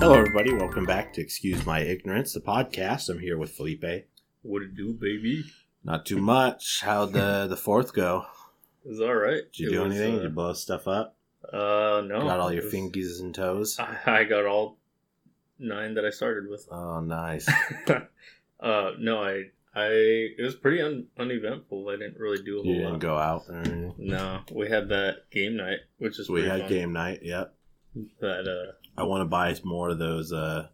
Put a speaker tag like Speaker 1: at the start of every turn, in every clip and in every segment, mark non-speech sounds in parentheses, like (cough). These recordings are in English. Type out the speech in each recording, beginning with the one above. Speaker 1: Hello, everybody. Welcome back to Excuse My Ignorance, the podcast. I'm here with Felipe.
Speaker 2: What it do, baby?
Speaker 1: Not too much. How'd the,
Speaker 2: (laughs)
Speaker 1: the fourth go?
Speaker 2: It was all right.
Speaker 1: Did you
Speaker 2: It
Speaker 1: do
Speaker 2: was,
Speaker 1: anything? Did you blow stuff up?
Speaker 2: Uh, uh, no.
Speaker 1: Got all your
Speaker 2: It was-
Speaker 1: fingies and toes?
Speaker 2: (laughs) I, I got all nine that I started with. (laughs)
Speaker 1: Oh, nice.
Speaker 2: uh, no, I, I, it was pretty un, uneventful. I didn't really do a whole
Speaker 1: You didn't
Speaker 2: lot.
Speaker 1: go out or anything?
Speaker 2: No, we had that game night, which is
Speaker 1: We
Speaker 2: pretty
Speaker 1: had
Speaker 2: fun.
Speaker 1: game night. Yep.
Speaker 2: that uh,
Speaker 1: I want to buy more of those. Uh,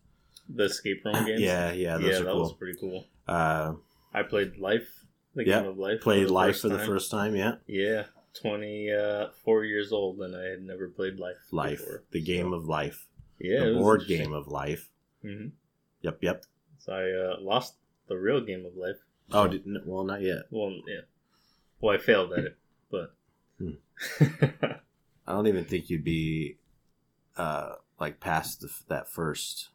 Speaker 2: the
Speaker 1: (clears throat)
Speaker 2: escape room games.
Speaker 1: yeah, yeah, those
Speaker 2: yeah,
Speaker 1: are
Speaker 2: that was
Speaker 1: cool.
Speaker 2: pretty cool.
Speaker 1: Uh,
Speaker 2: I played Life, the
Speaker 1: Yeah,
Speaker 2: game of Life.
Speaker 1: played life
Speaker 2: first
Speaker 1: for the
Speaker 2: time.
Speaker 1: first time. Yeah,
Speaker 2: Yeah, twenty uh, four years old, and I had never played Life.
Speaker 1: life,
Speaker 2: before.
Speaker 1: the game of life,
Speaker 2: Yeah, it
Speaker 1: the
Speaker 2: was
Speaker 1: board
Speaker 2: interesting.
Speaker 1: game of life.
Speaker 2: Mhm.
Speaker 1: Yep, yep.
Speaker 2: So I uh, lost the real game of life.
Speaker 1: Oh, didn't, well, not yet.
Speaker 2: Well, yeah. Well, I failed at it, but.
Speaker 1: Hmm.
Speaker 2: (laughs)
Speaker 1: I don't even think you'd be uh, like past the, that first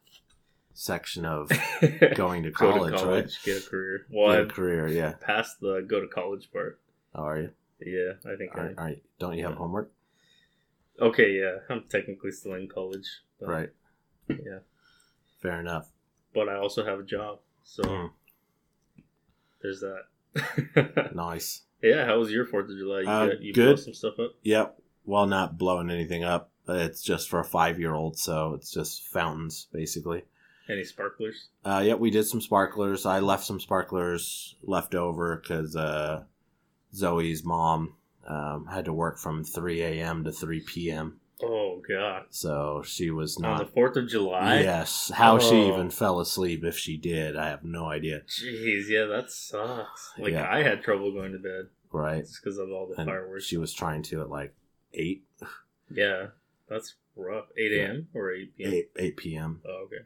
Speaker 1: section of
Speaker 2: go
Speaker 1: going to college, right?
Speaker 2: get a career.
Speaker 1: Get
Speaker 2: Well,
Speaker 1: a career, yeah.
Speaker 2: I passed the go to college part.
Speaker 1: How are you?
Speaker 2: Yeah, I think
Speaker 1: All right, all right. Don't you have
Speaker 2: Yeah.
Speaker 1: homework?
Speaker 2: I. Okay, yeah, I'm technically still in college. But,
Speaker 1: Right.
Speaker 2: Yeah,
Speaker 1: Fair enough.
Speaker 2: but I also have a job, so
Speaker 1: Mm,
Speaker 2: there's that. (laughs)
Speaker 1: nice.
Speaker 2: yeah, how was your Fourth of July? You,
Speaker 1: Uh,
Speaker 2: got- you
Speaker 1: good.
Speaker 2: Blew some stuff up.
Speaker 1: Yep. Well, not blowing anything up. but It's just for a five year old, so it's just fountains, basically.
Speaker 2: Any sparklers?
Speaker 1: Uh, yep, we did some sparklers. I left some sparklers left over because uh, Zoe's mom um, had to work from 3 a.m. to 3 p.m.
Speaker 2: Oh God!
Speaker 1: So she was
Speaker 2: On
Speaker 1: not
Speaker 2: the Fourth of July.
Speaker 1: Yes. How she
Speaker 2: Oh.
Speaker 1: even fell asleep, if she did, I have no idea.
Speaker 2: Jeez, yeah, that sucks. Like
Speaker 1: Yeah.
Speaker 2: I had trouble going to bed
Speaker 1: Right.
Speaker 2: just because of all the
Speaker 1: And
Speaker 2: fireworks.
Speaker 1: she was trying to at like 8,
Speaker 2: Yeah, that's rough. 8
Speaker 1: Yeah.
Speaker 2: a.m. or 8 p.m.?
Speaker 1: 8, 8 p.m.,
Speaker 2: Oh, okay.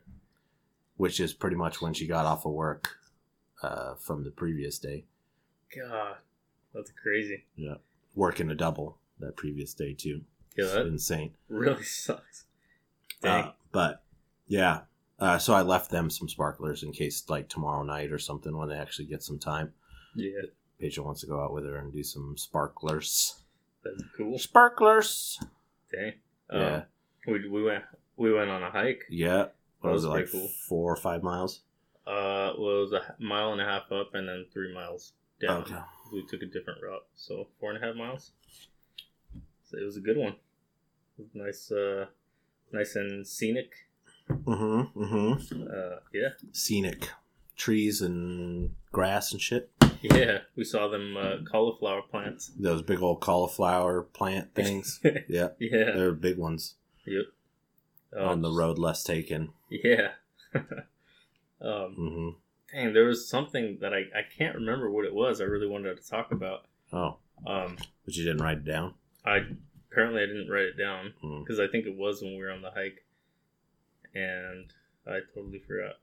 Speaker 1: which is pretty much when she got off of work uh, from the previous day,
Speaker 2: God, that's crazy.
Speaker 1: working a double that previous day, too.
Speaker 2: Yeah,
Speaker 1: It's
Speaker 2: that
Speaker 1: insane.
Speaker 2: (laughs) really sucks. Dang.
Speaker 1: Uh, but yeah. Uh, so I left them some sparklers in case, like tomorrow night or something, when they actually get some time.
Speaker 2: yeah,
Speaker 1: Patient wants to go out with her and do some sparklers.
Speaker 2: that's cool.
Speaker 1: Sparklers.
Speaker 2: Dang. Um,
Speaker 1: Yeah,
Speaker 2: We, we went we went on a hike.
Speaker 1: yeah. What
Speaker 2: that
Speaker 1: was,
Speaker 2: was
Speaker 1: it
Speaker 2: pretty
Speaker 1: like?
Speaker 2: cool.
Speaker 1: Four or five miles.
Speaker 2: Uh, well, it was a h- mile and a half up and then three miles down.
Speaker 1: Okay.
Speaker 2: We took a different route, so four and a half miles. So it was a good one. It was nice, uh, nice and scenic.
Speaker 1: Mm-hmm. Mm-hmm.
Speaker 2: Uh, yeah.
Speaker 1: Scenic, trees and grass and shit.
Speaker 2: Yeah, we saw them uh, cauliflower plants.
Speaker 1: Those big old cauliflower
Speaker 2: (laughs)
Speaker 1: plant things. yeah,
Speaker 2: Yeah.
Speaker 1: they're big ones
Speaker 2: Yep. Um,
Speaker 1: on the road less taken.
Speaker 2: (laughs) Yeah. (laughs) um,
Speaker 1: hmm
Speaker 2: dang, there was something that I, I can't remember what it was. I really wanted to talk about.
Speaker 1: Oh,
Speaker 2: Um,
Speaker 1: but you didn't write it down.
Speaker 2: I apparently I didn't write it down
Speaker 1: Mm.
Speaker 2: because I think it was when we were on the hike, and I totally forgot.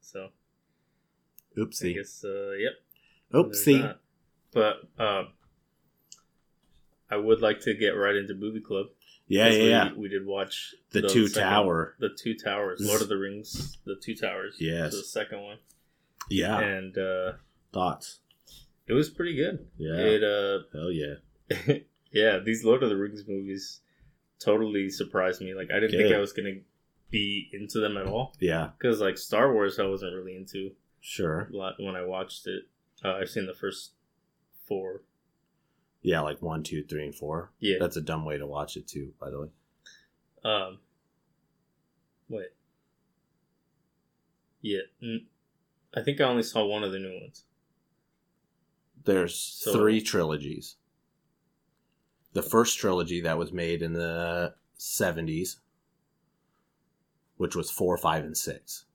Speaker 2: So I
Speaker 1: Oopsie.
Speaker 2: guess uh, yep. there's
Speaker 1: Oopsie.
Speaker 2: that. But uh, I would like to get right into Booby Club.
Speaker 1: Yeah, yeah,
Speaker 2: 'cause we,
Speaker 1: yeah.
Speaker 2: We did watch
Speaker 1: The two
Speaker 2: second-
Speaker 1: tower.
Speaker 2: the two towers, Lord of the Rings, the two towers.
Speaker 1: Yes. Ah.
Speaker 2: so the second one,
Speaker 1: Yeah.
Speaker 2: and uh,
Speaker 1: Thoughts.
Speaker 2: it was pretty good.
Speaker 1: Yeah.
Speaker 2: It uh, (laughs)
Speaker 1: Hell yeah.
Speaker 2: yeah, these Lord of the Rings movies totally surprised me. Like I didn't think
Speaker 1: Good.
Speaker 2: I was gonna be into them at all
Speaker 1: Yeah.
Speaker 2: because like Star Wars, I wasn't really into
Speaker 1: Sure.
Speaker 2: a lot when I watched it. Uh, I've seen the first four.
Speaker 1: Yeah, like one, two, three, and four.
Speaker 2: Yeah.
Speaker 1: That's a dumb way to watch it too, by the way.
Speaker 2: Um. Wait. Yeah. mm, I think I only saw one of the new ones.
Speaker 1: There's
Speaker 2: So-
Speaker 1: three trilogies. The first trilogy that was made in the 70s, which was 4, 5, and 6.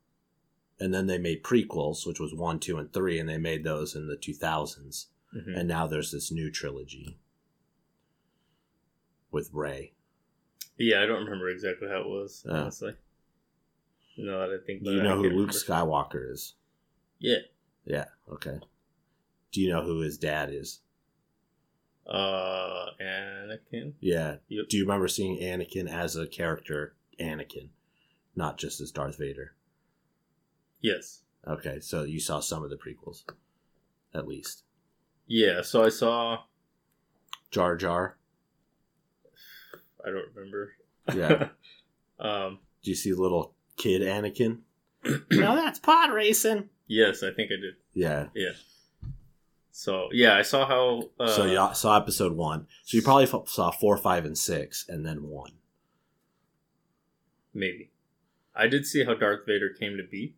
Speaker 1: And then they made prequels, which was 1, 2, and 3, and they made those in the 2000s.
Speaker 2: Mhm.
Speaker 1: And now there's this new trilogy with Ray.
Speaker 2: Yeah, I don't remember exactly how it was,
Speaker 1: Uh.
Speaker 2: honestly. No, I think
Speaker 1: Do you
Speaker 2: I
Speaker 1: know who
Speaker 2: can't
Speaker 1: Luke
Speaker 2: remember.
Speaker 1: Skywalker is?
Speaker 2: Yeah.
Speaker 1: Yeah, okay. Do you know who his dad is?
Speaker 2: Uh, Anakin.
Speaker 1: Yeah.
Speaker 2: Yep.
Speaker 1: Do you remember seeing Anakin as a character, Anakin, not just as Darth Vader?
Speaker 2: Yes.
Speaker 1: Okay, so you saw some of the prequels, at least.
Speaker 2: Yeah. So I saw.
Speaker 1: Jar
Speaker 2: (laughs)
Speaker 1: Jar.
Speaker 2: I don't remember.
Speaker 1: Yeah.
Speaker 2: um.
Speaker 1: Do you see little Kid Anakin. no, that's pod racing.
Speaker 2: (clears throat) Yes, I think I did.
Speaker 1: Yeah.
Speaker 2: So yeah, I saw how. Uh,
Speaker 1: so you saw episode one. So you probably f- saw four, five, and six, and then one.
Speaker 2: Maybe. I did see how Darth Vader came to be.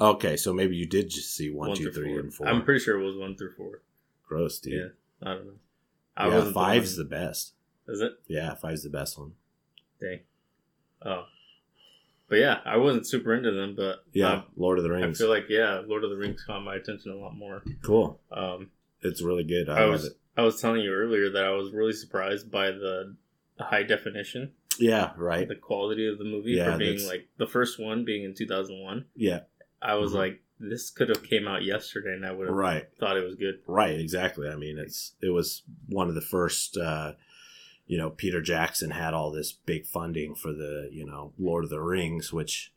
Speaker 1: Okay, so maybe you did just see one, two, three,
Speaker 2: through four.
Speaker 1: and 4
Speaker 2: I'm pretty sure it was one through four.
Speaker 1: gross, dude.
Speaker 2: Yeah. I don't know.
Speaker 1: Yeah,
Speaker 2: wasn't the
Speaker 1: five's
Speaker 2: one-
Speaker 1: the best.
Speaker 2: Is it?
Speaker 1: Yeah, five's the best one.
Speaker 2: Dang. Oh. But yeah, I wasn't super into them, but
Speaker 1: Yeah,
Speaker 2: uh,
Speaker 1: Lord of the
Speaker 2: I
Speaker 1: Rings.
Speaker 2: feel like yeah, Lord of the Rings caught my attention a lot more.
Speaker 1: cool.
Speaker 2: Um,
Speaker 1: It's really good. I,
Speaker 2: I
Speaker 1: love
Speaker 2: was
Speaker 1: it.
Speaker 2: I was telling you earlier that I was really surprised by the high definition,
Speaker 1: Yeah, right.
Speaker 2: the quality of the movie
Speaker 1: Yeah,
Speaker 2: for being
Speaker 1: that's-
Speaker 2: like the first one being in 2001.
Speaker 1: Yeah,
Speaker 2: I was
Speaker 1: Mhm.
Speaker 2: like, this could have came out yesterday, and I would have
Speaker 1: right.
Speaker 2: thought it was good.
Speaker 1: Right, exactly. I mean, it's it was one of the first. Uh, you know, Peter Jackson had all this big funding for the you know Lord of the Rings, which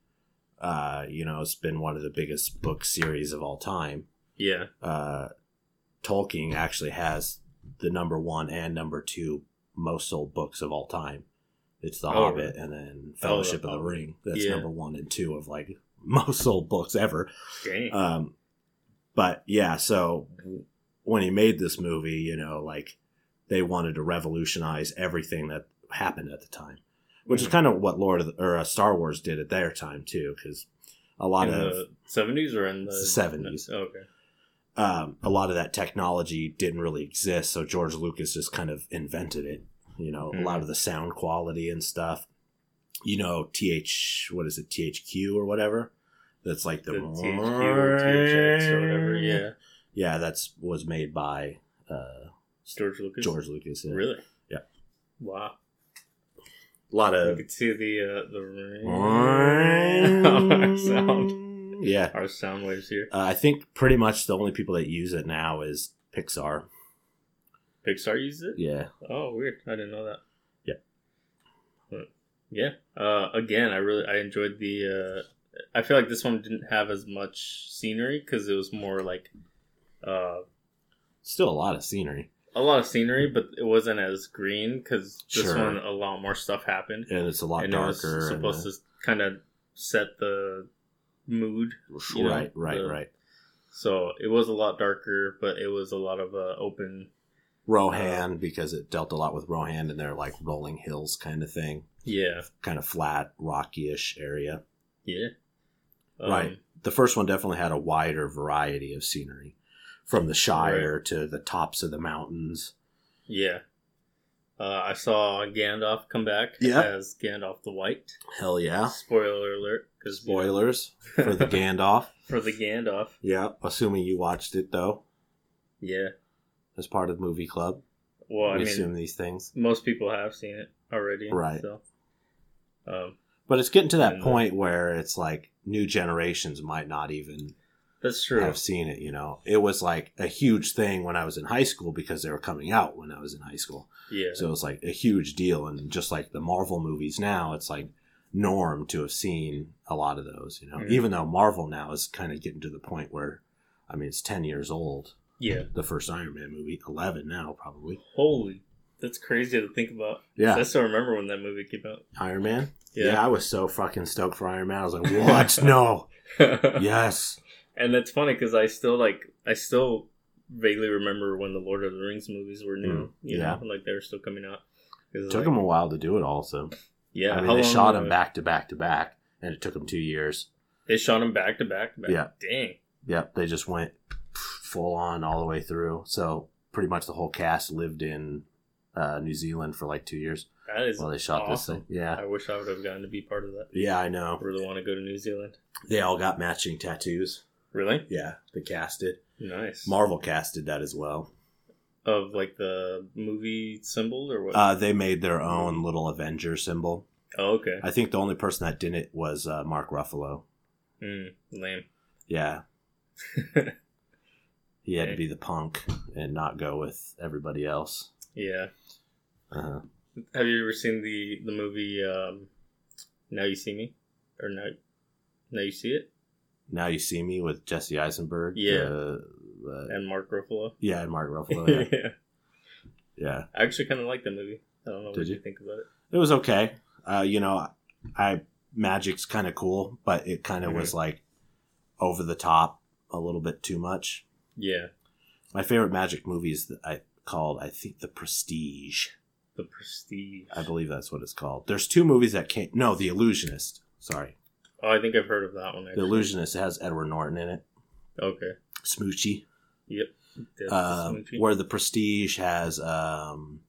Speaker 1: uh, you know has been one of the biggest book series of all time.
Speaker 2: Yeah,
Speaker 1: Uh, Tolkien actually has the number one and number two most sold books of all time. It's The
Speaker 2: Oh,
Speaker 1: Hobbit and then Fellowship of the
Speaker 2: Hobbit.
Speaker 1: Ring. That's
Speaker 2: Yeah.
Speaker 1: number one and two of like (laughs) most sold books ever.
Speaker 2: dang.
Speaker 1: Um, but yeah, so when he made this movie, you know, like they wanted to revolutionize everything that happened at the time, which is
Speaker 2: Mm.
Speaker 1: kind of what Lord of the, or uh, Star Wars did at their time too, because a lot
Speaker 2: in
Speaker 1: of
Speaker 2: the 70s or in the
Speaker 1: 70s.
Speaker 2: no, okay.
Speaker 1: um, a lot of that technology didn't really exist, so George Lucas just kind of invented it. You know, a
Speaker 2: Hmm.
Speaker 1: lot of the sound quality and stuff. You know, th what is it, THQ or whatever? That's like
Speaker 2: The
Speaker 1: the,
Speaker 2: THQ or THX or whatever. Yeah,
Speaker 1: Yeah, that's was made by uh,
Speaker 2: George Lucas.
Speaker 1: George Lucas. yeah.
Speaker 2: Really?
Speaker 1: Yeah.
Speaker 2: Wow.
Speaker 1: A lot
Speaker 2: You
Speaker 1: of
Speaker 2: could see the uh, the
Speaker 1: (laughs)
Speaker 2: (laughs) our sound (laughs)
Speaker 1: yeah.
Speaker 2: our sound waves here.
Speaker 1: Uh, I think pretty much the only people that use it now is Pixar.
Speaker 2: Pixar used it.
Speaker 1: Yeah,
Speaker 2: Oh, weird. I didn't know that.
Speaker 1: Yeah.
Speaker 2: But, yeah. Uh, again, I really I enjoyed the. Uh, I feel like this one didn't have as much scenery because it was more like. Uh,
Speaker 1: still a lot of scenery,
Speaker 2: a lot of scenery, but it wasn't as green because this
Speaker 1: Sure.
Speaker 2: one a lot more stuff happened.
Speaker 1: and it's a lot
Speaker 2: and it
Speaker 1: darker.
Speaker 2: was
Speaker 1: and,
Speaker 2: supposed
Speaker 1: uh,
Speaker 2: to kind of set the mood. you know,
Speaker 1: right, right,
Speaker 2: the-
Speaker 1: right.
Speaker 2: So it was a lot darker, but it was a lot of uh, open. uh,
Speaker 1: Rohan because it dealt a lot with Rohan and their like rolling hills kind of thing,
Speaker 2: Yeah,
Speaker 1: kind of flat, rocky-ish area.
Speaker 2: yeah, Um,
Speaker 1: Right. The first one definitely had a wider variety of scenery, from the Shire to the tops of the mountains.
Speaker 2: Yeah, uh, I saw Gandalf come back
Speaker 1: Yeah.
Speaker 2: as Gandalf the White.
Speaker 1: Hell yeah!
Speaker 2: Spoiler alert! Because (laughs)
Speaker 1: Spoilers for the Gandalf.
Speaker 2: for the Gandalf.
Speaker 1: Yeah, assuming you watched it though,
Speaker 2: Yeah.
Speaker 1: as part of movie club.
Speaker 2: Well, I
Speaker 1: we
Speaker 2: mean,
Speaker 1: assume these things,
Speaker 2: most people have seen it already,
Speaker 1: Right.
Speaker 2: So, um,
Speaker 1: but it's getting to that
Speaker 2: And, uh,
Speaker 1: point where it's like new generations might not even
Speaker 2: that's true.
Speaker 1: have seen it. You know, it was like a huge thing when I was in high school because they were coming out when I was in high school,
Speaker 2: Yeah.
Speaker 1: so it was like a huge deal. And just like the Marvel movies now, it's like norm to have seen a lot of those. You know,
Speaker 2: Mhm.
Speaker 1: even though Marvel now is kind of getting to the point where, I mean, it's ten years old.
Speaker 2: yeah.
Speaker 1: The first Iron Man movie, eleven now probably.
Speaker 2: Holy. That's crazy to think about.
Speaker 1: Yeah,
Speaker 2: I still remember when that movie came out.
Speaker 1: Iron Man.
Speaker 2: Yeah.
Speaker 1: Yeah. I was so fucking stoked for Iron Man. I was like, what?
Speaker 2: (laughs)
Speaker 1: no. Yes.
Speaker 2: And that's funny because I still like I still vaguely remember when the Lord of the Rings movies were new.
Speaker 1: Mm,
Speaker 2: You
Speaker 1: yeah.
Speaker 2: know, like they were still coming out. 'Cause
Speaker 1: Took
Speaker 2: like-
Speaker 1: him a while to do it, also.
Speaker 2: Yeah.
Speaker 1: I mean,
Speaker 2: how
Speaker 1: they
Speaker 2: long
Speaker 1: shot
Speaker 2: were
Speaker 1: him
Speaker 2: they-
Speaker 1: back to back to back, and it took him two years.
Speaker 2: They shot him back to back. to back.
Speaker 1: Yeah.
Speaker 2: Dang.
Speaker 1: Yep. They just went full on all the way through. So pretty much the whole cast lived in uh, New Zealand for like two years
Speaker 2: That is.
Speaker 1: while they shot
Speaker 2: awesome.
Speaker 1: this thing. Yeah.
Speaker 2: I wish I would have gotten to be part of that.
Speaker 1: Yeah, I
Speaker 2: I
Speaker 1: know.
Speaker 2: really want to go to New Zealand.
Speaker 1: They all got matching tattoos.
Speaker 2: Really?
Speaker 1: Yeah, the cast did.
Speaker 2: Nice.
Speaker 1: Marvel cast did that as well.
Speaker 2: of like the movie symbol or what?
Speaker 1: Uh, they made their own little Avenger symbol.
Speaker 2: oh, okay.
Speaker 1: I think the only person that didn't was uh, Mark Ruffalo.
Speaker 2: Mm, lame.
Speaker 1: Yeah. he had to be the punk and not go with everybody else.
Speaker 2: Yeah.
Speaker 1: Uh-huh.
Speaker 2: Have you ever seen the the movie um, Now You See Me or Now Now You See It
Speaker 1: Now you see me with Jesse Eisenberg.
Speaker 2: Yeah.
Speaker 1: uh, uh,
Speaker 2: and Mark Ruffalo?
Speaker 1: yeah, and Mark Ruffalo.
Speaker 2: (laughs)
Speaker 1: Yeah.
Speaker 2: yeah.
Speaker 1: yeah.
Speaker 2: I actually kind of like the movie. I don't know
Speaker 1: Did
Speaker 2: what you?
Speaker 1: you?
Speaker 2: think about it.
Speaker 1: It was okay. Uh, you know, I magic's kind of cool, but it kind of
Speaker 2: Mhm.
Speaker 1: was like over the top a little bit too much.
Speaker 2: Yeah,
Speaker 1: My favorite magic movie is that I called I think The Prestige.
Speaker 2: the Prestige.
Speaker 1: I believe that's what it's called. There's two movies that came. No, The Illusionist. Sorry,
Speaker 2: oh, I think I've heard of that one.
Speaker 1: The
Speaker 2: Actually.
Speaker 1: Illusionist has Edward Norton in it.
Speaker 2: Okay.
Speaker 1: Smoochy.
Speaker 2: Yep. That's
Speaker 1: Um,
Speaker 2: the smoochie.
Speaker 1: where The Prestige has um,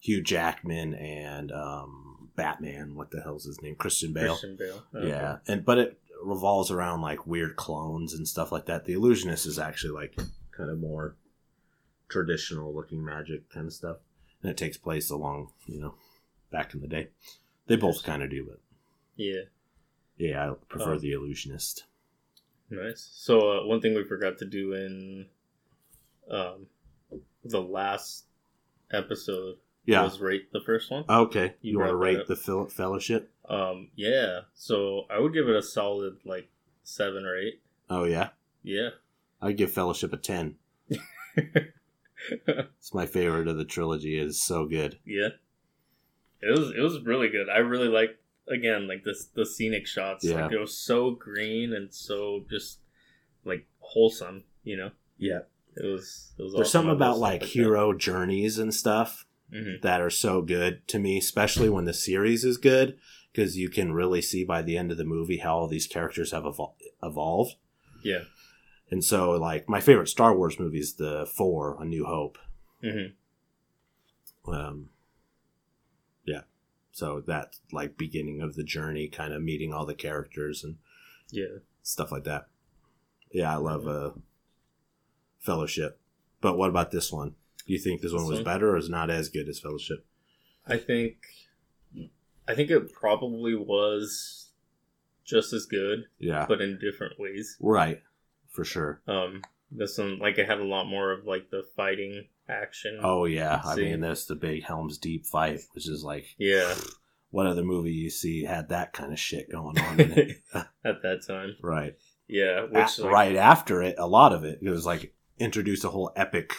Speaker 1: Hugh Jackman and um, Batman. What the hell's his name? Christian Bale.
Speaker 2: Christian Bale. Okay.
Speaker 1: Yeah, and but it revolves around like weird clones and stuff like that. The illusionist is actually like kind of more traditional looking magic kind of stuff, and it takes place along you know back in the day. They both kind of do, but
Speaker 2: Yeah.
Speaker 1: yeah, I prefer
Speaker 2: Oh.
Speaker 1: the illusionist.
Speaker 2: Nice. So uh, one thing we forgot to do in um the last episode
Speaker 1: Yeah.
Speaker 2: was rate the first one.
Speaker 1: okay.
Speaker 2: You
Speaker 1: You, want to
Speaker 2: brought that
Speaker 1: rate
Speaker 2: up.
Speaker 1: the fel- fellowship?
Speaker 2: Um yeah. So I would give it a solid like 7 or 8.
Speaker 1: Oh yeah,
Speaker 2: Yeah.
Speaker 1: I'd give fellowship a ten. it's my favorite of the trilogy. It is so good.
Speaker 2: Yeah. It was it was really good. I really liked again like this the scenic shots. Like it was so green and so just like wholesome, you know.
Speaker 1: Yeah.
Speaker 2: It was it
Speaker 1: There's
Speaker 2: was awesome.
Speaker 1: something
Speaker 2: I love
Speaker 1: about
Speaker 2: stuff
Speaker 1: like
Speaker 2: that.
Speaker 1: hero journeys and stuff
Speaker 2: Mhm.
Speaker 1: that are so good to me, especially when the series is good, because you can really see by the end of the movie how all these characters have evol- evolved.
Speaker 2: Yeah.
Speaker 1: And so, like, my favorite Star Wars movie is the four, A New Hope.
Speaker 2: Mhm.
Speaker 1: Um, yeah. So that, like, beginning of the journey, kind of meeting all the characters and
Speaker 2: Yeah.
Speaker 1: stuff like that. Yeah, I love uh, Fellowship. But what about this one? Do you think this one
Speaker 2: This
Speaker 1: was
Speaker 2: one?
Speaker 1: better or is not as good as Fellowship?
Speaker 2: I think I think it probably was just as good,
Speaker 1: Yeah.
Speaker 2: but in different ways.
Speaker 1: Right. For sure.
Speaker 2: Um this one like it had a lot more of like the fighting action.
Speaker 1: Oh yeah, I
Speaker 2: See?
Speaker 1: mean that's the big Helms Deep fight, which is like
Speaker 2: Yeah.
Speaker 1: (laughs) what other movie you see had that kind of shit going on in
Speaker 2: (laughs)
Speaker 1: it,
Speaker 2: At that time.
Speaker 1: right?
Speaker 2: Yeah. Which
Speaker 1: A-
Speaker 2: like,
Speaker 1: Ah, right after it, a lot of it, it was like introduced a whole epic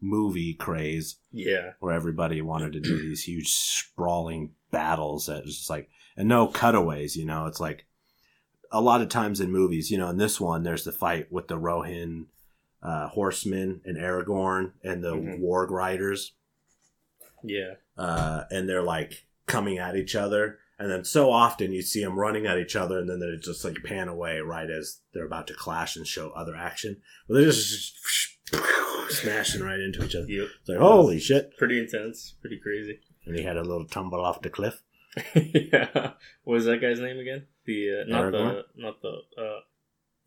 Speaker 1: movie craze
Speaker 2: Yeah.
Speaker 1: where everybody wanted to do these huge sprawling battles that was just like and no cutaways, you know. It's like a lot of times in movies, you know, in this one, there's the fight with the Rohan uh, horsemen and Aragorn and the
Speaker 2: Mhm.
Speaker 1: Warg riders.
Speaker 2: Yeah.
Speaker 1: uh, and they're like coming at each other. And then so often you see them running at each other, and then they just like pan away right as they're about to clash and show other action. But they're just smashing right into each other.
Speaker 2: Yep.
Speaker 1: It's like holy shit!
Speaker 2: Pretty intense. Pretty crazy. (laughs)
Speaker 1: And he had a little tumble off the cliff.
Speaker 2: yeah. What was that guy's name again? The uh, not the
Speaker 1: Aragorn?
Speaker 2: not the uh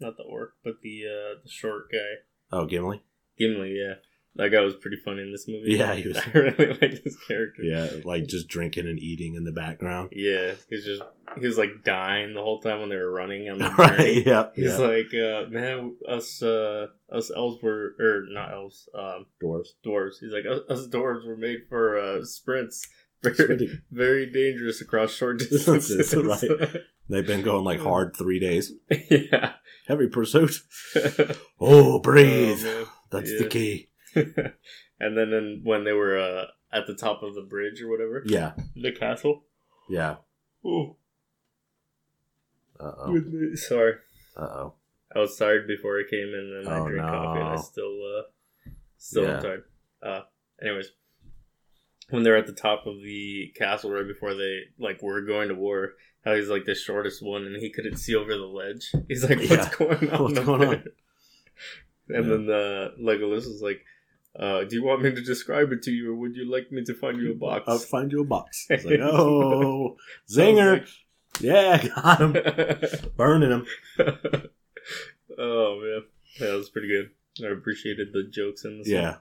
Speaker 2: not the orc, but the uh the short guy.
Speaker 1: Oh, Gimli.
Speaker 2: Gimli, yeah. That guy was pretty funny in this movie. (laughs)
Speaker 1: Yeah, he was.
Speaker 2: I really liked his character.
Speaker 1: Yeah, like just drinking and eating in the background. (laughs)
Speaker 2: Yeah, he was just he was like dying the whole time when they were
Speaker 1: (laughs)
Speaker 2: running on the
Speaker 1: right.
Speaker 2: journey.
Speaker 1: Yep.
Speaker 2: He's
Speaker 1: Yeah.
Speaker 2: like, uh, man, us uh, us elves were or not elves, um,
Speaker 1: (laughs) Dwarves.
Speaker 2: dwarves. He's like, us, us dwarves were made for uh, sprints, (laughs) very,
Speaker 1: Pretty-
Speaker 2: very dangerous across
Speaker 1: (laughs)
Speaker 2: short distances.
Speaker 1: Right. They've been going like hard three
Speaker 2: (laughs)
Speaker 1: days.
Speaker 2: yeah.
Speaker 1: Heavy pursuit. Oh, breathe.
Speaker 2: Oh,
Speaker 1: That's
Speaker 2: yeah.
Speaker 1: the key.
Speaker 2: man. (laughs) and then in, when they were uh, at the top of the bridge or whatever,
Speaker 1: Yeah.
Speaker 2: the castle.
Speaker 1: Yeah.
Speaker 2: Oh,
Speaker 1: Uh oh.
Speaker 2: with me. sorry.
Speaker 1: Uh oh.
Speaker 2: I was tired before I came in, and I
Speaker 1: Oh,
Speaker 2: drank coffee, and I
Speaker 1: no.
Speaker 2: still, uh, still am
Speaker 1: Yeah.
Speaker 2: tired. Uh, anyways, when they're at the top of the castle right before they like were going to war, how he's like the shortest one, and he couldn't see over the ledge. (laughs) He's like, "What's
Speaker 1: Yeah.
Speaker 2: going
Speaker 1: (laughs)
Speaker 2: on?
Speaker 1: What's
Speaker 2: up
Speaker 1: going on?
Speaker 2: there?" And then uh, Legolas is like, uh, "Do you want me to describe it to you, or would you like me to find you a box?"
Speaker 1: I'll
Speaker 2: (laughs)
Speaker 1: find you a box. It's like, oh, zinger. Yeah, (laughs) got him. Burning
Speaker 2: (laughs)
Speaker 1: him.
Speaker 2: oh man, that was pretty good. I appreciated the jokes in this.
Speaker 1: Yeah.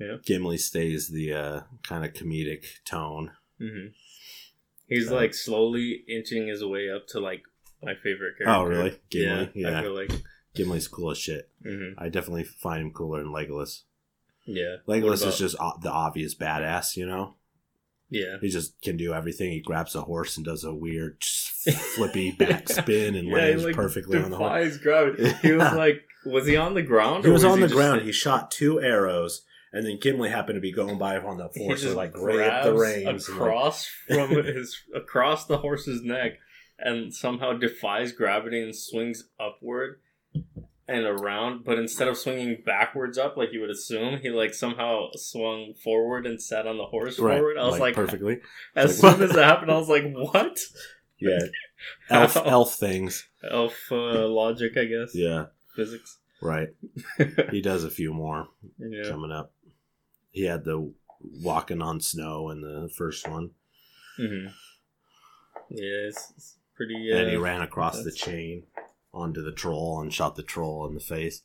Speaker 2: Yeah.
Speaker 1: Gimli stays the uh, kind of comedic tone.
Speaker 2: hmm He's
Speaker 1: Uh,
Speaker 2: like slowly inching his way up to like my favorite character.
Speaker 1: Oh, really?
Speaker 2: Yeah,
Speaker 1: Gimli?
Speaker 2: I
Speaker 1: Yeah.
Speaker 2: feel like.
Speaker 1: Gimli's cool as shit.
Speaker 2: hmm
Speaker 1: I definitely find him cooler than Legolas.
Speaker 2: Yeah. What
Speaker 1: Legolas
Speaker 2: about-
Speaker 1: is just o- the obvious badass, you know?
Speaker 2: Yeah.
Speaker 1: He just can do everything. He grabs a horse and does a weird
Speaker 2: (laughs)
Speaker 1: flippy backspin and
Speaker 2: Yeah, he,
Speaker 1: lands
Speaker 2: like,
Speaker 1: perfectly on the horse.
Speaker 2: Defies gravity. He was
Speaker 1: (laughs) Yeah.
Speaker 2: like, was he on the ground?
Speaker 1: He
Speaker 2: or
Speaker 1: was on the
Speaker 2: just-
Speaker 1: ground. He shot two arrows, and then Gimli happened to be going by on the
Speaker 2: he
Speaker 1: horse,
Speaker 2: just
Speaker 1: and like grabbed the
Speaker 2: grabs
Speaker 1: (laughs) reins. and, like,
Speaker 2: across from his across the horse's neck and somehow defies gravity and swings upward and around. But instead of swinging backwards up like you would assume, he like somehow swung forward and sat on the horse forward. I was like,
Speaker 1: perfectly.
Speaker 2: (laughs) as
Speaker 1: like,
Speaker 2: soon as that happened, I was like, what?
Speaker 1: Yeah. Elf,
Speaker 2: How?
Speaker 1: elf things.
Speaker 2: Elf uh, logic, I guess.
Speaker 1: Yeah.
Speaker 2: Physics.
Speaker 1: Right. He does a few more
Speaker 2: yeah.
Speaker 1: coming up. He had the walking on snow in the first one.
Speaker 2: hmm Yeah, it's, it's pretty. Uh,
Speaker 1: and he ran across the
Speaker 2: that's-
Speaker 1: chain onto the troll and shot the troll in the face.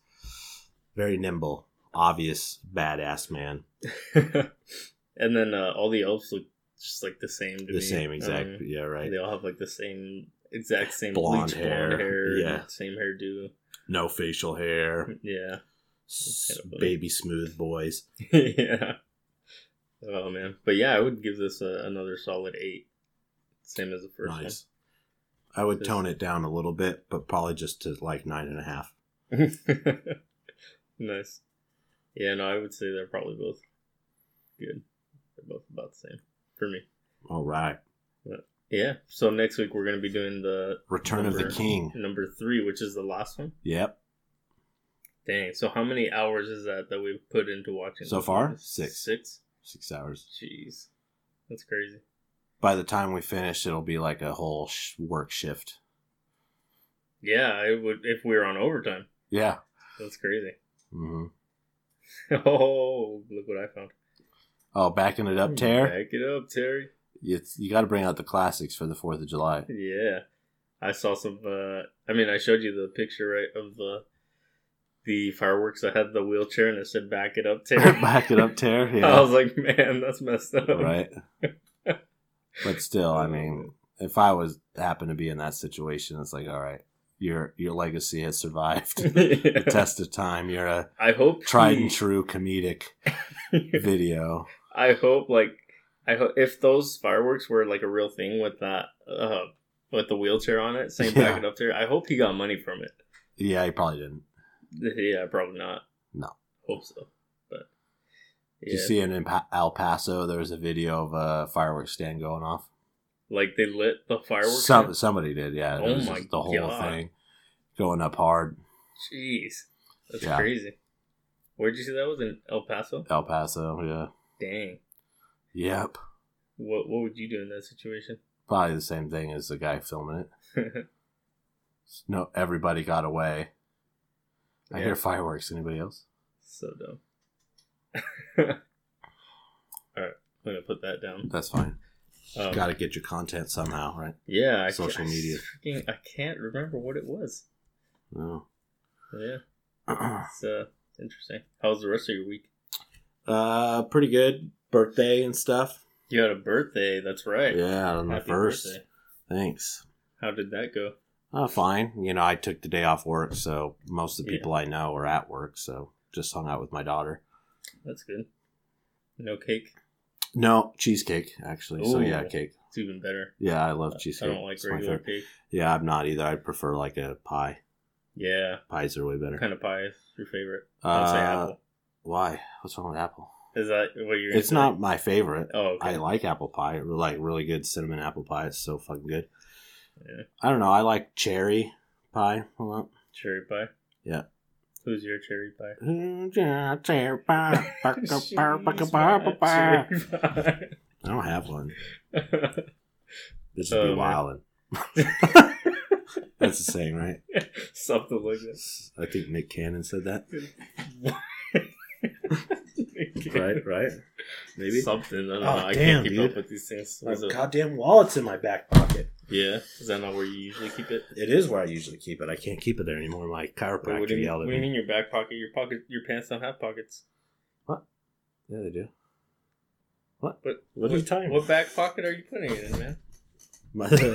Speaker 1: Very nimble, obvious badass man.
Speaker 2: (laughs) and then uh, all the elves look just like the same to
Speaker 1: The
Speaker 2: me.
Speaker 1: same exact,
Speaker 2: Um,
Speaker 1: yeah, right.
Speaker 2: They all have like the same exact same
Speaker 1: Blonde
Speaker 2: bleached
Speaker 1: hair,
Speaker 2: blonde hair,
Speaker 1: yeah.
Speaker 2: and same hairdo. (laughs)
Speaker 1: No facial hair,
Speaker 2: Yeah, (laughs)
Speaker 1: s-
Speaker 2: kind of funny.
Speaker 1: baby smooth boys.
Speaker 2: yeah. Oh man, but yeah, I would give this a, another solid eight, same as the first
Speaker 1: Nice. I would
Speaker 2: Just-
Speaker 1: tone it down a little bit, but probably just to like nine and a half.
Speaker 2: one. (laughs) nice. Yeah, no, I would say they're probably both good. They're both about the same for me.
Speaker 1: All right,
Speaker 2: Yeah. So next week we're gonna be doing the
Speaker 1: Return of
Speaker 2: Number-
Speaker 1: the King.
Speaker 2: number three, which is the last one.
Speaker 1: Yep,
Speaker 2: Dang. So how many hours is that that we've put into watching
Speaker 1: So
Speaker 2: this
Speaker 1: far?
Speaker 2: movie?
Speaker 1: Six.
Speaker 2: Six.
Speaker 1: six hours.
Speaker 2: Jeez, that's crazy.
Speaker 1: By the time we finish, it'll be like a whole sh- work shift.
Speaker 2: Yeah, it would if we were on overtime.
Speaker 1: Yeah.
Speaker 2: That's crazy. (laughs)
Speaker 1: hmm
Speaker 2: Oh, look what I found.
Speaker 1: Oh, backing
Speaker 2: Hmm,
Speaker 1: it up, tear.
Speaker 2: Back it up, Terry.
Speaker 1: It's, you got to bring out the classics for the Fourth of
Speaker 2: (laughs)
Speaker 1: July.
Speaker 2: Yeah, I saw some. Uh, I mean, I showed you the picture right of the the fireworks that had the wheelchair and it said "Back
Speaker 1: (laughs)
Speaker 2: it up, Terry."
Speaker 1: Back it up, tear.
Speaker 2: (laughs) I
Speaker 1: Yeah,
Speaker 2: was like, man, that's messed up.
Speaker 1: right. But still, I mean, if I was happened to be in that situation, it's like, all right, your your legacy has
Speaker 2: (laughs)
Speaker 1: survived the
Speaker 2: (laughs) Yeah.
Speaker 1: test of time. You're a
Speaker 2: I hope
Speaker 1: tried
Speaker 2: he-
Speaker 1: and true comedic
Speaker 2: (laughs)
Speaker 1: video.
Speaker 2: I hope like I hope if those fireworks were like a real thing with that uh with the wheelchair on
Speaker 1: (laughs)
Speaker 2: it, saying
Speaker 1: Yeah.
Speaker 2: back it up there. I hope he got money from it.
Speaker 1: Yeah, he probably didn't.
Speaker 2: Yeah, probably not.
Speaker 1: No.
Speaker 2: Hope so. But
Speaker 1: Did
Speaker 2: yeah.
Speaker 1: you see in Impa- El Paso? There was a video of a fireworks stand going off.
Speaker 2: like they lit the fireworks.
Speaker 1: Some, somebody did, yeah. It
Speaker 2: Oh
Speaker 1: was
Speaker 2: my
Speaker 1: just the whole
Speaker 2: God.
Speaker 1: thing going up hard.
Speaker 2: Jeez. That's
Speaker 1: Yeah.
Speaker 2: crazy. Where'd you see that was in El Paso?
Speaker 1: El Paso, yeah.
Speaker 2: Dang.
Speaker 1: Yep.
Speaker 2: What what would you do in that situation? (laughs)
Speaker 1: Probably the same thing as the guy filming it. No, everybody got away. I
Speaker 2: Yeah.
Speaker 1: hear fireworks. Anybody else?
Speaker 2: so dumb. (laughs) Alright, I'm gonna put that down.
Speaker 1: That's fine.
Speaker 2: Um,
Speaker 1: Got to get your content somehow, right?
Speaker 2: Yeah, I
Speaker 1: social
Speaker 2: can't-
Speaker 1: media.
Speaker 2: I, freaking, I can't remember what it was.
Speaker 1: No.
Speaker 2: Yeah,
Speaker 1: Oh.
Speaker 2: it's uh, interesting. How was the rest of your week?
Speaker 1: (clears throat) uh, pretty good birthday and stuff.
Speaker 2: You had a birthday. That's right.
Speaker 1: Yeah, on the
Speaker 2: Happy
Speaker 1: first.
Speaker 2: birthday.
Speaker 1: Thanks.
Speaker 2: How did that go?
Speaker 1: Uh, fine. You know, I took the day off work, so most of the
Speaker 2: Yeah.
Speaker 1: people I know are at work, so just hung out with my daughter.
Speaker 2: That's good. No cake.
Speaker 1: No, cheesecake, actually. So, yeah,
Speaker 2: Ooh.
Speaker 1: cake.
Speaker 2: It's even better.
Speaker 1: Yeah, I love
Speaker 2: I
Speaker 1: cheesecake.
Speaker 2: don't like
Speaker 1: It's my
Speaker 2: regular
Speaker 1: favorite.
Speaker 2: cake.
Speaker 1: Yeah, I'm not either. I prefer like a pie.
Speaker 2: Yeah.
Speaker 1: Pies are way better.
Speaker 2: What kind of pie is your favorite? I'd say
Speaker 1: Uh,
Speaker 2: apple.
Speaker 1: why? What's wrong with apple?
Speaker 2: Is that what you're?
Speaker 1: It's
Speaker 2: into?
Speaker 1: not my favorite.
Speaker 2: Oh, okay.
Speaker 1: I like apple pie. I really like really good cinnamon apple pie. It's so fucking good.
Speaker 2: Yeah.
Speaker 1: I don't know. I like cherry pie a
Speaker 2: (laughs)
Speaker 1: lot.
Speaker 2: cherry pie.
Speaker 1: Yeah.
Speaker 2: Who's your cherry pie?
Speaker 1: Mm, yeah, cherry pie.
Speaker 2: (laughs) She's
Speaker 1: Ba-ka-ba-ba-ka-ba-ba.
Speaker 2: my cherry
Speaker 1: I don't have one.
Speaker 2: pie. (laughs)
Speaker 1: This
Speaker 2: Oh,
Speaker 1: would be
Speaker 2: man.
Speaker 1: wildin'.
Speaker 2: (laughs)
Speaker 1: That's the saying, right?
Speaker 2: Something like that.
Speaker 1: I think Nick Cannon said that.
Speaker 2: (laughs)
Speaker 1: (laughs)
Speaker 2: right,
Speaker 1: right.
Speaker 2: something. I don't know.
Speaker 1: Oh,
Speaker 2: I
Speaker 1: damn,
Speaker 2: can't keep
Speaker 1: dude. Oh,
Speaker 2: up with these things.
Speaker 1: My
Speaker 2: Is it-
Speaker 1: goddamn wallet's in my back pocket.
Speaker 2: yeah, is that not where you usually keep it?
Speaker 1: It is where I usually keep it. I can't keep it there anymore. My
Speaker 2: Wait, what,
Speaker 1: chiropractor
Speaker 2: do you, mean-
Speaker 1: yelled at
Speaker 2: what do you
Speaker 1: me.
Speaker 2: mean your back pocket? Your pocket, your pants don't have pockets.
Speaker 1: Yeah, they do.
Speaker 2: What?
Speaker 1: What are you talking
Speaker 2: What back pocket are you putting it
Speaker 1: (laughs)
Speaker 2: in, man?
Speaker 1: My,
Speaker 2: (laughs)
Speaker 1: the,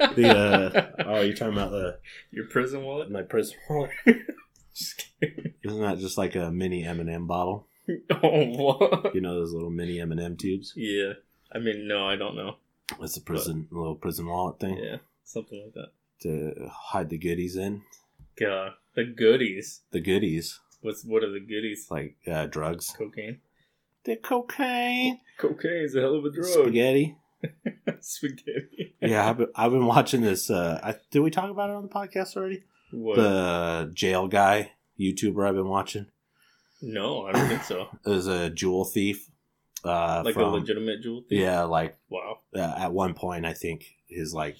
Speaker 1: uh, oh, you're talking about the
Speaker 2: your prison wallet. (laughs)
Speaker 1: my prison wallet?
Speaker 2: Just kidding.
Speaker 1: Isn't that just like a mini M and M bottle?
Speaker 2: oh, what?
Speaker 1: You know those little mini M and M tubes?
Speaker 2: Yeah. I mean, no, I don't know.
Speaker 1: That's a prison little prison wallet thing
Speaker 2: Yeah, something like that.
Speaker 1: to hide the goodies in.
Speaker 2: God, the goodies.
Speaker 1: The goodies
Speaker 2: What's what are the goodies?
Speaker 1: like uh, drugs.
Speaker 2: Cocaine.
Speaker 1: The cocaine,
Speaker 2: Cocaine is a hell of a drug.
Speaker 1: spaghetti.
Speaker 2: (laughs) Spaghetti.
Speaker 1: yeah, I've been, I've been watching this. Uh, I, did we talk about it on the podcast already?
Speaker 2: What?
Speaker 1: The jail guy YouTuber I've been watching
Speaker 2: no, I don't think so.
Speaker 1: is a jewel thief. Uh,
Speaker 2: Like a
Speaker 1: from-
Speaker 2: legitimate jewel thief.
Speaker 1: yeah, like
Speaker 2: Wow.
Speaker 1: uh, at one point i think his like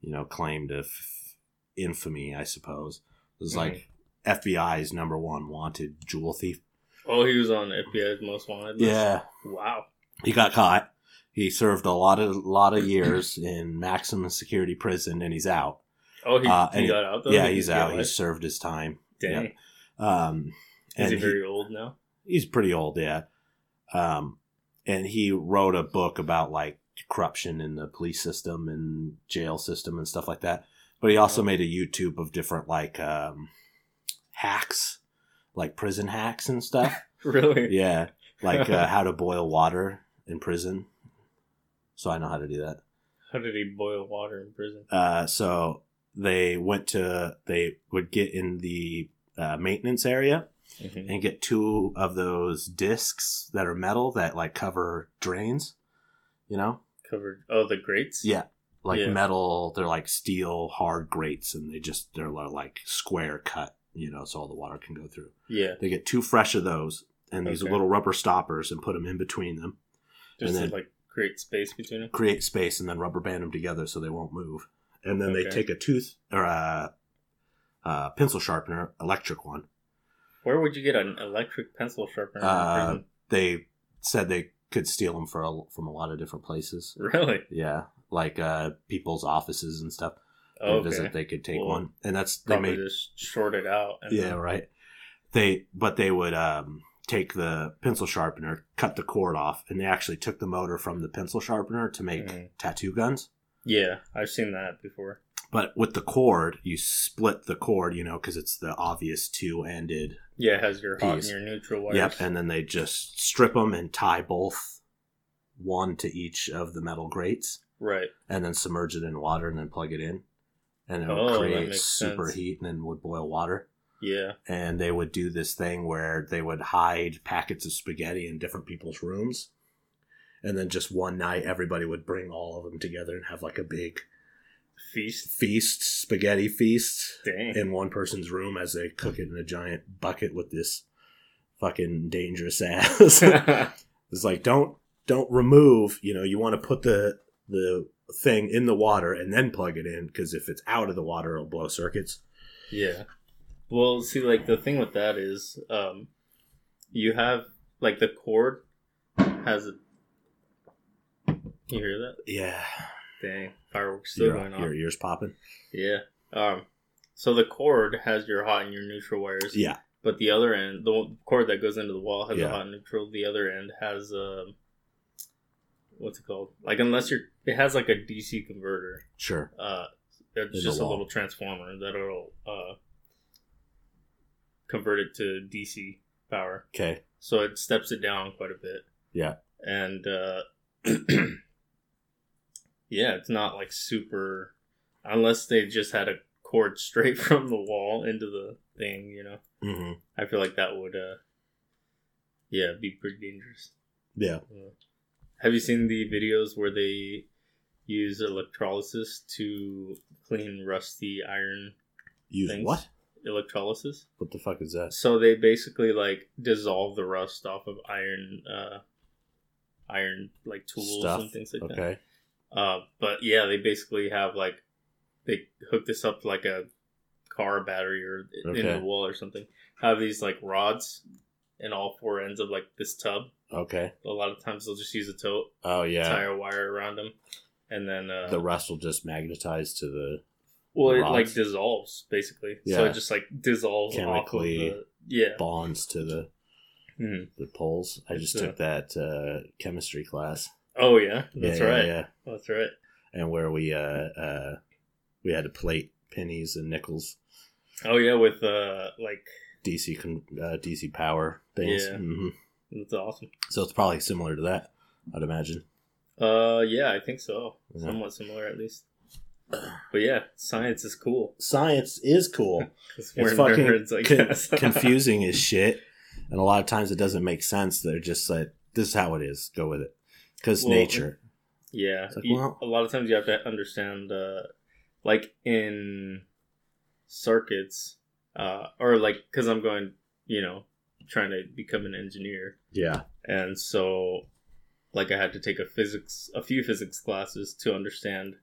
Speaker 1: you know claim to f- infamy i suppose
Speaker 2: Mm-hmm.
Speaker 1: was like fbi's number one wanted jewel thief
Speaker 2: Oh, he was on FBI's most wanted list.
Speaker 1: yeah
Speaker 2: Wow.
Speaker 1: he got caught he served a lot of lot of years in maximum security prison and he's out
Speaker 2: Oh, he,
Speaker 1: Uh,
Speaker 2: he
Speaker 1: and-
Speaker 2: got out though.
Speaker 1: yeah
Speaker 2: He
Speaker 1: he's
Speaker 2: got
Speaker 1: out
Speaker 2: away?
Speaker 1: he's served his time
Speaker 2: Dang.
Speaker 1: yeah. um
Speaker 2: Is
Speaker 1: and
Speaker 2: he
Speaker 1: he
Speaker 2: very old now? (laughs)
Speaker 1: he's pretty old yeah um and he wrote a book about like corruption in the police system and jail system and stuff like that but he also
Speaker 2: Oh.
Speaker 1: made a youtube of different like um hacks like prison hacks and stuff
Speaker 2: (laughs) Really?
Speaker 1: yeah like uh, how to boil water in prison so i know how to do that
Speaker 2: How did he boil water in prison?
Speaker 1: uh, so they went to they would get in the uh, maintenance area
Speaker 2: Mm-hmm.
Speaker 1: and get two of those discs that are metal that like cover drains, you know?
Speaker 2: Covered. Oh, the grates.
Speaker 1: Yeah. Like
Speaker 2: Yeah.
Speaker 1: metal, they're like steel hard grates and they just they're li- like square cut, you know, so all the water can go through.
Speaker 2: Yeah.
Speaker 1: They get two fresh of those and these
Speaker 2: Okay.
Speaker 1: little rubber stoppers and put them in between them,
Speaker 2: Just
Speaker 1: then-
Speaker 2: to, like create space between them.
Speaker 1: create space and then rubber band them together so they won't move. And then they
Speaker 2: Okay.
Speaker 1: take a tooth or a, a pencil sharpener, electric one.
Speaker 2: Where would you get an electric pencil sharpener?
Speaker 1: Uh,
Speaker 2: in prison? (laughs)
Speaker 1: They said they could steal them for a, from a lot of different places.
Speaker 2: Really?
Speaker 1: Yeah, like uh, people's offices and stuff. They
Speaker 2: Oh, Okay.
Speaker 1: visit, they could take
Speaker 2: Well,
Speaker 1: one, and that's they
Speaker 2: Probably
Speaker 1: made.
Speaker 2: just short it out. And
Speaker 1: Yeah, right. They but they would um, take the pencil sharpener, cut the cord off, and they actually took the motor from the pencil sharpener to make
Speaker 2: Mhm.
Speaker 1: tattoo guns.
Speaker 2: Yeah, I've seen that before.
Speaker 1: But with the cord, you split the cord, you know, because it's the obvious two-ended.
Speaker 2: Yeah, it has your hot
Speaker 1: Piece.
Speaker 2: and your neutral wires.
Speaker 1: Yep, and then they just strip them and tie both, one to each of the metal grates.
Speaker 2: right.
Speaker 1: and then submerge it in water and then plug it in and it would
Speaker 2: Oh, that
Speaker 1: create
Speaker 2: makes sense.
Speaker 1: superheat and then would boil water
Speaker 2: Yeah.
Speaker 1: and they would do this thing where they would hide packets of spaghetti in different people's rooms and then just one night everybody would bring all of them together and have like a big
Speaker 2: Feast.
Speaker 1: feast spaghetti feast
Speaker 2: Dang.
Speaker 1: in one person's room as they cook it in a giant bucket with this fucking dangerous (laughs) ass
Speaker 2: (laughs)
Speaker 1: It's like don't don't remove. You know, you want to put the the thing in the water and then plug it in because if it's out of the water, it'll blow circuits.
Speaker 2: Yeah. Well, see, like the thing with that is, um, you have like the cord has a. You hear that?
Speaker 1: Yeah,
Speaker 2: Dang, fireworks still
Speaker 1: your,
Speaker 2: going
Speaker 1: your
Speaker 2: on.
Speaker 1: ears popping.
Speaker 2: Yeah. Um. So the cord has your hot and your neutral wires.
Speaker 1: Yeah,
Speaker 2: But the other end, the one- cord that goes into the wall has
Speaker 1: Yeah.
Speaker 2: a hot and neutral. The other end has um. What's it called? Like unless you're, it has like a DC converter.
Speaker 1: sure.
Speaker 2: uh,
Speaker 1: the
Speaker 2: it's just a
Speaker 1: wall.
Speaker 2: little transformer that'll uh, convert it to DC power.
Speaker 1: Okay.
Speaker 2: So it steps it down quite a bit.
Speaker 1: Yeah.
Speaker 2: And uh, (clears throat) yeah, it's not like super, unless they just had a cord (laughs) straight from the wall into the thing. You know,
Speaker 1: hmm
Speaker 2: I feel like that would, uh, yeah, be pretty dangerous.
Speaker 1: Yeah.
Speaker 2: Have you seen the videos where they use electrolysis to clean rusty iron
Speaker 1: Use
Speaker 2: Things.
Speaker 1: what?
Speaker 2: electrolysis?
Speaker 1: What the fuck is that?
Speaker 2: So they basically like dissolve the rust off of iron, uh, iron like tools
Speaker 1: Stuff.
Speaker 2: and things like
Speaker 1: Okay.
Speaker 2: that. Uh, but yeah, they basically have like they hook this up to, like a car battery or in
Speaker 1: Okay.
Speaker 2: the wall or something. Have these like rods in all four ends of like this tub.
Speaker 1: Okay.
Speaker 2: A lot of times they'll just use a tote
Speaker 1: Oh yeah.
Speaker 2: tie a wire around them, and then uh,
Speaker 1: The rust will just magnetize to the.
Speaker 2: well, it
Speaker 1: rods.
Speaker 2: like dissolves basically. So
Speaker 1: Yeah.
Speaker 2: it just like dissolves
Speaker 1: Chemically
Speaker 2: off of the yeah.
Speaker 1: Bonds to the
Speaker 2: Mhm.
Speaker 1: the poles. I just
Speaker 2: It's, uh,
Speaker 1: took that uh, chemistry class.
Speaker 2: Oh yeah, that's
Speaker 1: Yeah, yeah,
Speaker 2: right.
Speaker 1: Yeah,
Speaker 2: That's right.
Speaker 1: and where we uh, uh, we had to plate pennies and nickels.
Speaker 2: Oh yeah, with uh like
Speaker 1: DC con- uh, DC power things.
Speaker 2: Yeah.
Speaker 1: hmm
Speaker 2: that's awesome.
Speaker 1: So it's probably similar to that, I'd imagine.
Speaker 2: Uh yeah, I think so.
Speaker 1: Yeah.
Speaker 2: Somewhat similar at least. But yeah, science is cool.
Speaker 1: Science is
Speaker 2: (laughs)
Speaker 1: cool.
Speaker 2: 'cause
Speaker 1: It's
Speaker 2: we're
Speaker 1: fucking
Speaker 2: nerds, I
Speaker 1: con-
Speaker 2: guess. (laughs)
Speaker 1: confusing as shit, and a lot of times it doesn't make sense. They're just like, "This is how it is. Go with it," because
Speaker 2: Well,
Speaker 1: nature.
Speaker 2: Yeah,
Speaker 1: It's like,
Speaker 2: you-
Speaker 1: well-
Speaker 2: a lot of times you have to understand, uh, like in circuits, uh, or like because I'm going, you know, trying to become an engineer,
Speaker 1: Yeah.
Speaker 2: and so like I had to take a physics, a few physics classes to understand,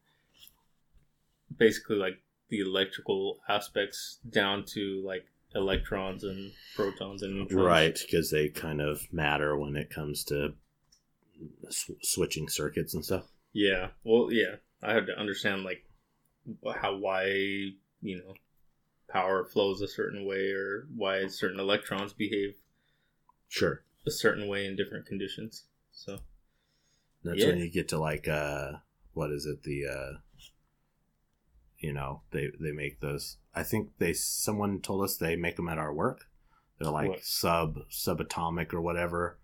Speaker 2: basically like the electrical aspects down to like electrons and protons and neutrons.
Speaker 1: Right, because they kind of matter when it comes to sw- switching circuits and stuff.
Speaker 2: Yeah. Well, yeah. I had to understand like wh- how why you know power flows a certain way or why certain electrons behave
Speaker 1: Sure.
Speaker 2: a certain way in different conditions. So
Speaker 1: That's
Speaker 2: Yeah.
Speaker 1: when you get to like uh what is it the uh you know they they make those I think they someone told us they make them at our work. They're like
Speaker 2: What?
Speaker 1: sub subatomic or whatever.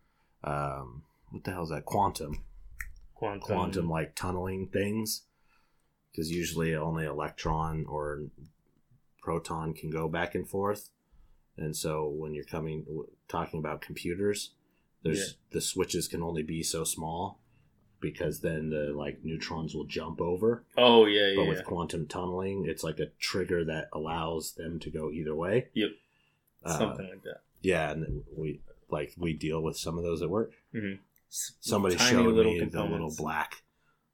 Speaker 1: Um what the hell is that quantum
Speaker 2: quantum.
Speaker 1: quantum like tunneling things because usually only electron or proton can go back and forth and so when you're coming w- talking about computers there's the switches can only be so small because then the like neutrons will jump over
Speaker 2: Oh yeah, yeah.
Speaker 1: but
Speaker 2: yeah.
Speaker 1: with quantum tunneling it's like a trigger that allows them to go either way
Speaker 2: Yep.
Speaker 1: Uh,
Speaker 2: Something like that.
Speaker 1: yeah and we like we deal with some of those at work
Speaker 2: S-
Speaker 1: somebody
Speaker 2: tiny
Speaker 1: showed me the little
Speaker 2: components.
Speaker 1: black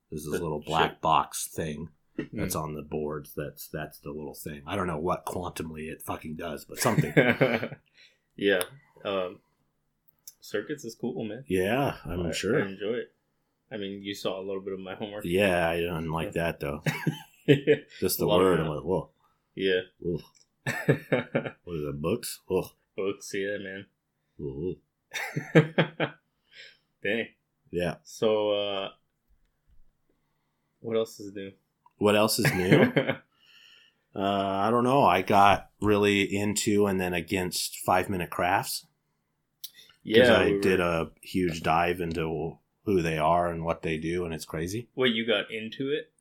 Speaker 1: there's this
Speaker 2: The
Speaker 1: little black
Speaker 2: chip.
Speaker 1: box thing
Speaker 2: Mm.
Speaker 1: that's on the board that's that's the little thing i don't know what quantumly it fucking does but
Speaker 2: (laughs)
Speaker 1: something
Speaker 2: yeah. Um, circuits is cool, man.
Speaker 1: yeah i'm
Speaker 2: I-
Speaker 1: sure
Speaker 2: I enjoy it. I mean, you saw a little bit of my homework.
Speaker 1: yeah i didn't like that though just the
Speaker 2: (laughs) Love
Speaker 1: word
Speaker 2: that.
Speaker 1: i'm like whoa
Speaker 2: (laughs) yeah.
Speaker 1: ugh. what is that books Ugh.
Speaker 2: (laughs) Books, yeah, man.
Speaker 1: Ugh, ugh. (laughs)
Speaker 2: Dang.
Speaker 1: yeah
Speaker 2: So, uh, what else is new?
Speaker 1: what else is
Speaker 2: (laughs)
Speaker 1: new uh i don't know i got really into and then against five minute crafts because
Speaker 2: yeah,
Speaker 1: i
Speaker 2: we were-
Speaker 1: did a huge dive into who they are and what they do and it's crazy
Speaker 2: Wait, you got into it,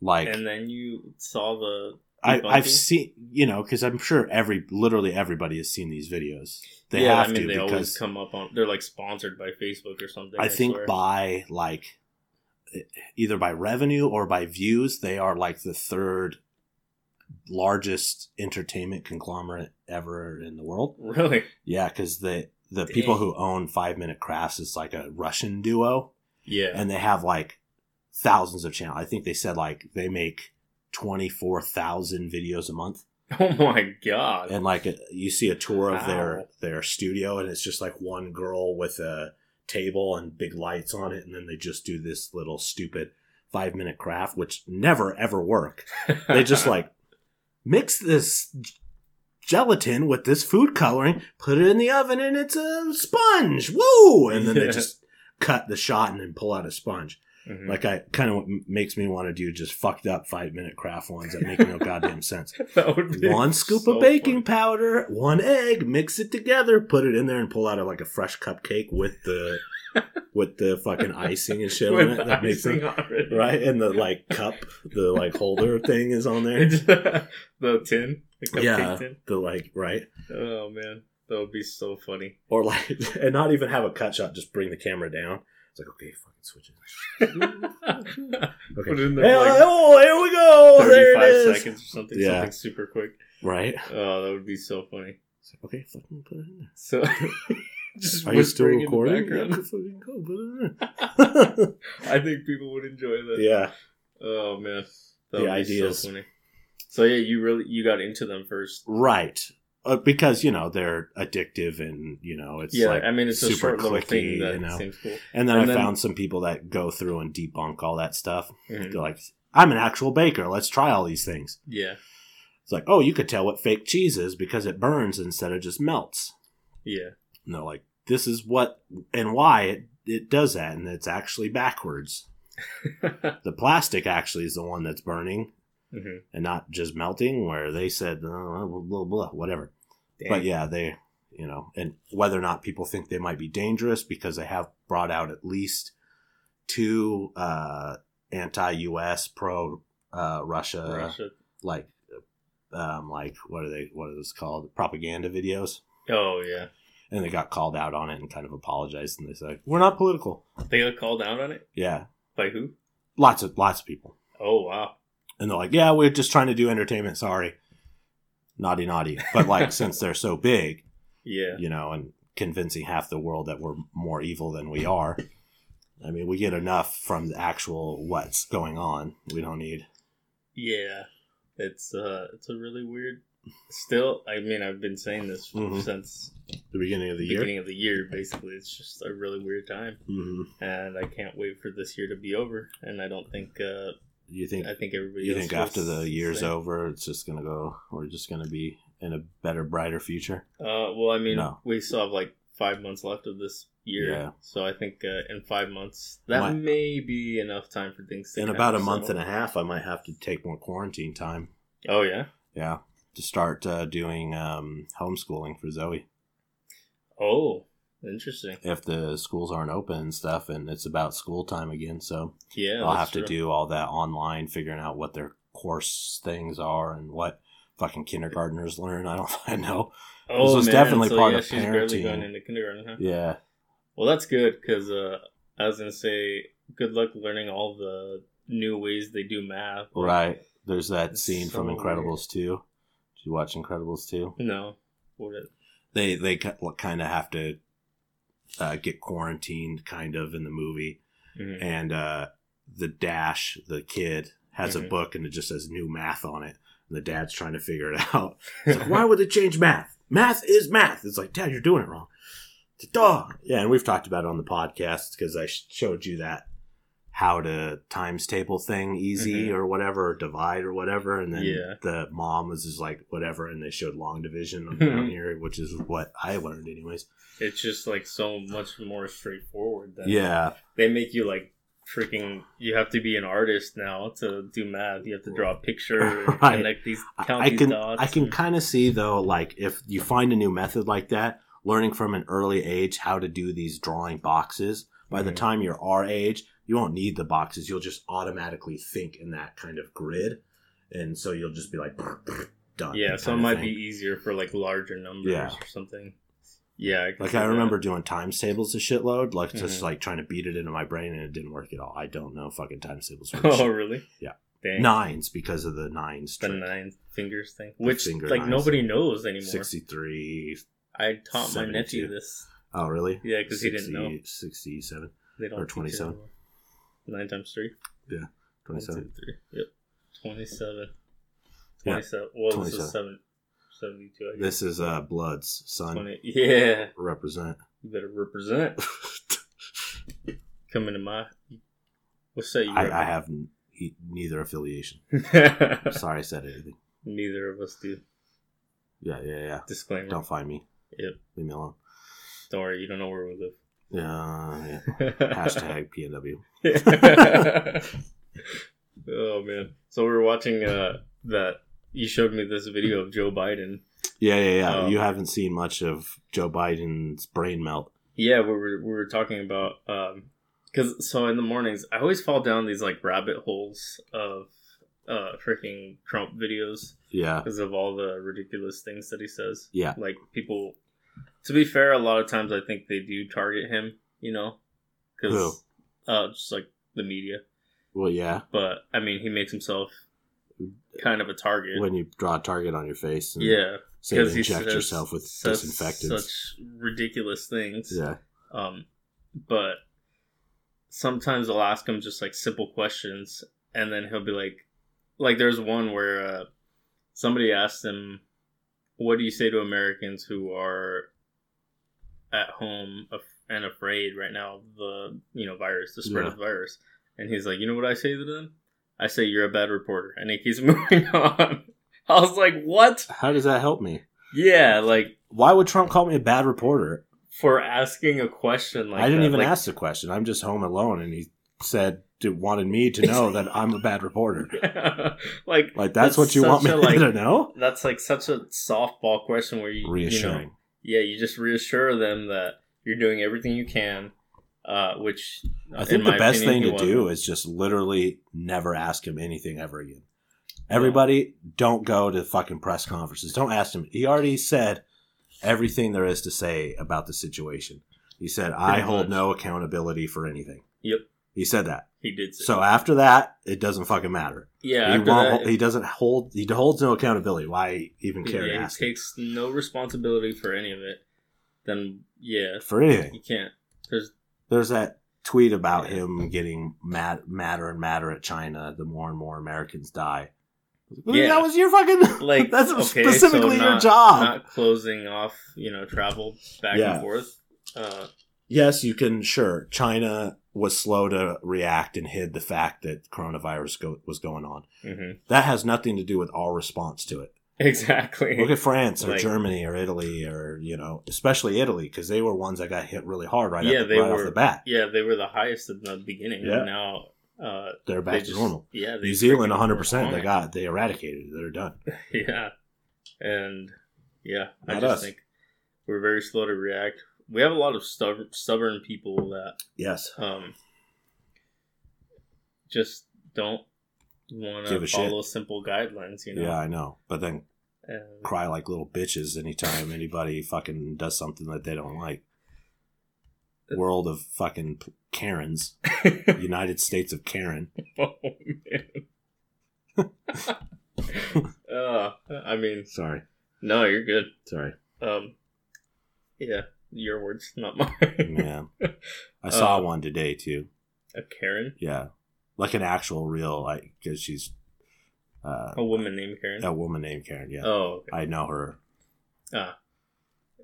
Speaker 1: like
Speaker 2: and then you saw the.
Speaker 1: I,
Speaker 2: debunking?
Speaker 1: I've seen, you know, because I'm sure every, literally everybody has seen these videos. They
Speaker 2: yeah,
Speaker 1: have
Speaker 2: I mean,
Speaker 1: to
Speaker 2: they always
Speaker 1: because
Speaker 2: come up on. They're like sponsored by Facebook or something.
Speaker 1: I think
Speaker 2: swear.
Speaker 1: by like e- either by revenue or by views, they are like the third largest entertainment conglomerate ever in the world.
Speaker 2: Really?
Speaker 1: Yeah, because the the people
Speaker 2: Dang.
Speaker 1: who own Five Minute Crafts is like a Russian duo,
Speaker 2: Yeah.
Speaker 1: and they have like thousands of channels. I think they said like they make twenty four thousand videos a month.
Speaker 2: (laughs) oh my god.
Speaker 1: and like you see a tour of
Speaker 2: Wow.
Speaker 1: their their studio and it's just like one girl with a table and big lights on it and then they just do this little stupid five minute craft which never ever work they just
Speaker 2: (laughs)
Speaker 1: like mix this g- gelatin with this food coloring put it in the oven and it's a sponge woo and then they just cut the shot and then pull out a sponge
Speaker 2: Mhm.
Speaker 1: like i kind of makes me want to do just fucked up five minute craft ones that make no goddamn sense
Speaker 2: (laughs) That would be
Speaker 1: one scoop
Speaker 2: so
Speaker 1: of baking
Speaker 2: funny.
Speaker 1: powder, one egg, mix it together, put it in there, and pull out a, like a fresh cupcake with the
Speaker 2: (laughs)
Speaker 1: with the fucking icing and shit on
Speaker 2: with
Speaker 1: it.
Speaker 2: the
Speaker 1: That makes
Speaker 2: icing
Speaker 1: it
Speaker 2: (laughs) on it.
Speaker 1: right, and the like cup, the like holder thing is on there.
Speaker 2: the tin, the cupcake
Speaker 1: Yeah,
Speaker 2: tin.
Speaker 1: the like right,
Speaker 2: Oh man, that would be so funny. (laughs)
Speaker 1: or like, (laughs) and not even have a cut shot. Just bring the camera down. It's like okay, fucking switch it.
Speaker 2: (laughs)
Speaker 1: Okay,
Speaker 2: Put it in there
Speaker 1: Hey,
Speaker 2: for, like,
Speaker 1: oh, here we go. There it is.
Speaker 2: Thirty-five seconds or something.
Speaker 1: Yeah.
Speaker 2: Something super quick.
Speaker 1: Right.
Speaker 2: Oh, that would be so funny.
Speaker 1: It's like, okay, fucking put it in there.
Speaker 2: So, (laughs) just
Speaker 1: Are you still
Speaker 2: whispering in the
Speaker 1: recording? Yeah, (laughs)
Speaker 2: background. (laughs)
Speaker 1: fucking go, put it in there.
Speaker 2: I think people would enjoy that.
Speaker 1: yeah.
Speaker 2: Oh man, that
Speaker 1: The
Speaker 2: would be
Speaker 1: ideas.
Speaker 2: So, funny. so yeah, you really you got into them first.
Speaker 1: Right. Uh, because, you know, they're addictive and, you know, it's
Speaker 2: yeah,
Speaker 1: like,
Speaker 2: I mean it's a
Speaker 1: super
Speaker 2: short little
Speaker 1: clicky,
Speaker 2: thing that
Speaker 1: you know.
Speaker 2: seems cool.
Speaker 1: and then
Speaker 2: and
Speaker 1: I
Speaker 2: then-
Speaker 1: found some people that go through and debunk all that stuff.
Speaker 2: Mhm.
Speaker 1: They're like, I'm an actual baker. Let's try all these things.
Speaker 2: Yeah,
Speaker 1: It's like, oh, you could tell what fake cheese is because it burns instead of just melts.
Speaker 2: yeah, (laughs)
Speaker 1: And they're like, this is what and why it, it does that. And it's actually backwards. The plastic actually is the one that's burning
Speaker 2: hmm
Speaker 1: and not just melting, where they said, uh, blah, blah, blah, whatever. But yeah, they, you know, and whether or not people think they might be dangerous because they have brought out at least two uh, anti-U.S. pro uh, Russia,
Speaker 2: Russia.
Speaker 1: like, um, like what are they? What are those called? Propaganda videos.
Speaker 2: Oh yeah,
Speaker 1: And they got called out on it and kind of apologized and they said, "We're not political."
Speaker 2: they got called out on it
Speaker 1: Yeah,
Speaker 2: by who?
Speaker 1: Lots of lots of people.
Speaker 2: Oh wow.
Speaker 1: And they're like, yeah, we're just trying to do entertainment. Sorry. Naughty, naughty. But like, (laughs) since they're so big,
Speaker 2: Yeah.
Speaker 1: you know, and convincing half the world that we're more evil than we are, I mean, we get enough from the actual what's going on. We don't need.
Speaker 2: Yeah. It's uh it's a really weird still I mean I've been saying this
Speaker 1: Mhm.
Speaker 2: since
Speaker 1: The beginning of the
Speaker 2: the
Speaker 1: year.
Speaker 2: beginning of the year basically. It's just a really weird time.
Speaker 1: hmm
Speaker 2: And I can't wait for this year to be over. And I don't think uh
Speaker 1: You think
Speaker 2: I think everybody
Speaker 1: you
Speaker 2: else
Speaker 1: think
Speaker 2: feels
Speaker 1: after the year's
Speaker 2: same.
Speaker 1: over, it's just gonna go? We're just gonna be in a better, brighter future.
Speaker 2: Uh, well, I mean,
Speaker 1: No.
Speaker 2: we still have like five months left of this year,
Speaker 1: Yeah.
Speaker 2: so I think uh, in five months that
Speaker 1: Might-
Speaker 2: may be enough time for things to.
Speaker 1: In about a month and a half, I might have to take more quarantine time.
Speaker 2: half. Oh yeah.
Speaker 1: Yeah, to start uh, doing um, homeschooling for Zoe
Speaker 2: Oh, interesting.
Speaker 1: if the schools aren't open and stuff, and it's about school time again. So
Speaker 2: Yeah,
Speaker 1: I'll
Speaker 2: that's
Speaker 1: have
Speaker 2: true.
Speaker 1: to do all that online, figuring out what their course things are and what fucking kindergartners learn. I don't (laughs) I know.
Speaker 2: Oh,
Speaker 1: This was
Speaker 2: man,
Speaker 1: definitely
Speaker 2: so,
Speaker 1: part
Speaker 2: yeah,
Speaker 1: of
Speaker 2: she's barely
Speaker 1: parenting.
Speaker 2: going into kindergarten. Huh?
Speaker 1: Yeah,
Speaker 2: Well, that's good because uh, I was gonna say good luck learning all the new ways they do math.
Speaker 1: right. There's that
Speaker 2: It's
Speaker 1: scene from
Speaker 2: so
Speaker 1: Incredibles two. Did you watch Incredibles two?
Speaker 2: No. What is-
Speaker 1: they they kind of have to uh, get quarantined kind of in the movie
Speaker 2: Mhm.
Speaker 1: and uh, the dash the kid has a
Speaker 2: Mhm.
Speaker 1: book and it just says new math on it and the dad's trying to figure it (laughs) out it's like why would they change math math is math it's like dad you're doing it wrong it's like, dog yeah and we've talked about it on the podcast because i sh- showed you that how to times table thing easy
Speaker 2: Mhm.
Speaker 1: or whatever or divide or whatever and then
Speaker 2: Yeah.
Speaker 1: the mom was just like whatever and they showed long division down here which is what i learned anyways
Speaker 2: (laughs) It's just like so much more straightforward. Than
Speaker 1: yeah
Speaker 2: they make you like freaking you have to be an artist now to do math you have to draw a picture and
Speaker 1: (laughs) Right.
Speaker 2: connect these count
Speaker 1: I, I
Speaker 2: these
Speaker 1: can
Speaker 2: dots
Speaker 1: i can
Speaker 2: and-
Speaker 1: kind of see though like if you find a new method like that learning from an early age how to do these drawing boxes by the
Speaker 2: Mhm.
Speaker 1: time you're our age you won't need the boxes you'll just automatically think in that kind of grid and so you'll just be like (laughs) done
Speaker 2: yeah so it
Speaker 1: kinda
Speaker 2: might
Speaker 1: thing.
Speaker 2: be easier for like larger numbers
Speaker 1: Yeah.
Speaker 2: or something yeah I can
Speaker 1: Like
Speaker 2: see
Speaker 1: I
Speaker 2: that.
Speaker 1: remember
Speaker 2: (laughs)
Speaker 1: doing times tables a shitload, like
Speaker 2: Mhm.
Speaker 1: just like trying to beat it into my brain, and it didn't work at all. I don't know fucking times
Speaker 2: (laughs)
Speaker 1: tables. for
Speaker 2: oh
Speaker 1: shit.
Speaker 2: really
Speaker 1: Yeah.
Speaker 2: Dang.
Speaker 1: Nines because of the nines
Speaker 2: the
Speaker 1: trick.
Speaker 2: nine fingers thing which
Speaker 1: finger
Speaker 2: like
Speaker 1: nines.
Speaker 2: nobody knows anymore
Speaker 1: Sixty-three.
Speaker 2: i taught my nephew
Speaker 1: 72.
Speaker 2: this
Speaker 1: Oh really?
Speaker 2: yeah because he didn't know
Speaker 1: 60 Sixty-seven.
Speaker 2: they don't
Speaker 1: or
Speaker 2: teach it
Speaker 1: 27.
Speaker 2: anymore. nine times three One, two,
Speaker 1: Twenty-seven.
Speaker 2: three. Yep. 27.
Speaker 1: Yeah.
Speaker 2: 27. Well, this
Speaker 1: 27.
Speaker 2: is seven, 72, I guess.
Speaker 1: This is uh Bloods son
Speaker 2: 20. (laughs) Yeah. (laughs)
Speaker 1: represent.
Speaker 2: You better represent. Come into my. What's that? You
Speaker 1: I,
Speaker 2: rep-
Speaker 1: I have n- he- neither
Speaker 2: (laughs)
Speaker 1: affiliation. Sorry, I said anything.
Speaker 2: Neither of us do.
Speaker 1: Yeah, yeah, yeah.
Speaker 2: Disclaimer. Don't,
Speaker 1: Don't find me.
Speaker 2: Yep.
Speaker 1: Leave me alone.
Speaker 2: worry. You don't know where we live.
Speaker 1: Yeah.
Speaker 2: (laughs)
Speaker 1: yeah. Hashtag PNW.
Speaker 2: oh, man. So we were watching uh, that. You showed me this video of Joe Biden.
Speaker 1: Yeah, yeah, yeah.
Speaker 2: Um,
Speaker 1: you haven't seen much of Joe Biden's brain melt.
Speaker 2: Yeah, we were we were talking about um 'cause because so in the mornings I always fall down these like rabbit holes of uh freaking Trump videos
Speaker 1: Yeah,
Speaker 2: because of all the ridiculous things that he says.
Speaker 1: Yeah.
Speaker 2: like people. To be fair, a lot of times I think they do target him. You know, because uh, just like the media,
Speaker 1: well, yeah.
Speaker 2: but I mean, he makes himself kind of a target.
Speaker 1: When you draw a target on your face, and
Speaker 2: yeah,
Speaker 1: say to
Speaker 2: because he
Speaker 1: inject
Speaker 2: says-
Speaker 1: yourself with
Speaker 2: says
Speaker 1: disinfectants.
Speaker 2: Such ridiculous things.
Speaker 1: Yeah,
Speaker 2: Um, but sometimes I'll ask him just like simple questions, and then he'll be like, like there's one where uh, somebody asked him, "What do you say to Americans who are at home af- and afraid right now of the you know virus, the spread
Speaker 1: Yeah.
Speaker 2: of the virus?" And he's like, "You know what I say to them? I say you're a bad reporter," and he keeps (laughs) moving on. I was like, "What?
Speaker 1: how does that help me?
Speaker 2: Yeah, like."
Speaker 1: Why would Trump call me a bad reporter?
Speaker 2: For asking a question like
Speaker 1: I didn't
Speaker 2: that.
Speaker 1: even
Speaker 2: like,
Speaker 1: ask the question. I'm just home alone, and he said to, wanted me to know that I'm a bad
Speaker 2: (laughs)
Speaker 1: reporter.
Speaker 2: like
Speaker 1: Like that's what you want me (laughs)
Speaker 2: such a,
Speaker 1: to
Speaker 2: like
Speaker 1: know?
Speaker 2: that's like such a softball question where you you know,
Speaker 1: Reassuring.
Speaker 2: yeah you just reassure them that you're doing everything you can uh which
Speaker 1: I
Speaker 2: in
Speaker 1: think the
Speaker 2: my
Speaker 1: best
Speaker 2: opinion,
Speaker 1: thing
Speaker 2: he
Speaker 1: to
Speaker 2: wasn't.
Speaker 1: do is just literally never ask him anything ever again. Everybody, don't go to fucking press conferences. Don't ask him. He already said everything there is to say about the situation. He said, "I
Speaker 2: Pretty
Speaker 1: hold
Speaker 2: much.
Speaker 1: no accountability for anything."
Speaker 2: Yep.
Speaker 1: He He said that.
Speaker 2: He did. say-
Speaker 1: So after that, it doesn't fucking matter.
Speaker 2: yeah,
Speaker 1: he,
Speaker 2: after
Speaker 1: won't,
Speaker 2: that,
Speaker 1: he doesn't hold. He holds no accountability. Why even
Speaker 2: if-
Speaker 1: care to
Speaker 2: yeah,
Speaker 1: ask
Speaker 2: he takes no responsibility for any of it. Then yeah,
Speaker 1: for anything?
Speaker 2: you can't. There's
Speaker 1: There's that tweet about him getting mad, madder and madder at China the more and more Americans die. Well,
Speaker 2: Yeah.
Speaker 1: That was your fucking
Speaker 2: Like,
Speaker 1: like. (laughs) That's
Speaker 2: okay, so
Speaker 1: specifically your
Speaker 2: not-
Speaker 1: job.
Speaker 2: not closing off, you know, travel back
Speaker 1: Ah. Yeah.
Speaker 2: and forth. Uh,
Speaker 1: yes, you can. Sure, China was slow to react and hid the fact that coronavirus go, was going on.
Speaker 2: mhm.
Speaker 1: That has nothing to do with our response to it.
Speaker 2: (laughs) Exactly.
Speaker 1: Look at France or
Speaker 2: (laughs) Like-
Speaker 1: Germany or Italy or you know, especially Italy because they were ones that got hit really hard right,
Speaker 2: Yeah,
Speaker 1: at the-
Speaker 2: they
Speaker 1: right
Speaker 2: were-
Speaker 1: off the bat.
Speaker 2: Yeah, they were the highest in the beginning.
Speaker 1: Yeah.
Speaker 2: And now uh,
Speaker 1: They're
Speaker 2: they
Speaker 1: back to
Speaker 2: just-
Speaker 1: normal.
Speaker 2: Yeah, they
Speaker 1: New Zealand,
Speaker 2: freaking
Speaker 1: 100. percent
Speaker 2: were
Speaker 1: They
Speaker 2: on
Speaker 1: got they eradicated. it. They're done.
Speaker 2: it. (laughs) Yeah, and yeah, I
Speaker 1: Not
Speaker 2: just
Speaker 1: us.
Speaker 2: think we're very slow to react. We have a lot of stubborn, stubborn people that
Speaker 1: Yes,
Speaker 2: um, just don't want
Speaker 1: Give a
Speaker 2: to
Speaker 1: shit.
Speaker 2: follow simple guidelines. You know.
Speaker 1: yeah, I know. But then
Speaker 2: And- (laughs)
Speaker 1: cry like little bitches anytime anybody fucking does something that they don't like. World of fucking p-
Speaker 2: (laughs)
Speaker 1: Karens, United States of Karen.
Speaker 2: oh man. (laughs) uh, I mean,
Speaker 1: Sorry,
Speaker 2: no, you're good. (laughs)
Speaker 1: sorry,
Speaker 2: Um, yeah, your words, not mine. (laughs)
Speaker 1: man. I saw
Speaker 2: Uh,
Speaker 1: one today too.
Speaker 2: A Uh, Karen,
Speaker 1: Yeah, like an actual real, like because she's uh,
Speaker 2: a woman named Karen.
Speaker 1: a woman named Karen. Yeah,
Speaker 2: Oh, okay.
Speaker 1: I know her.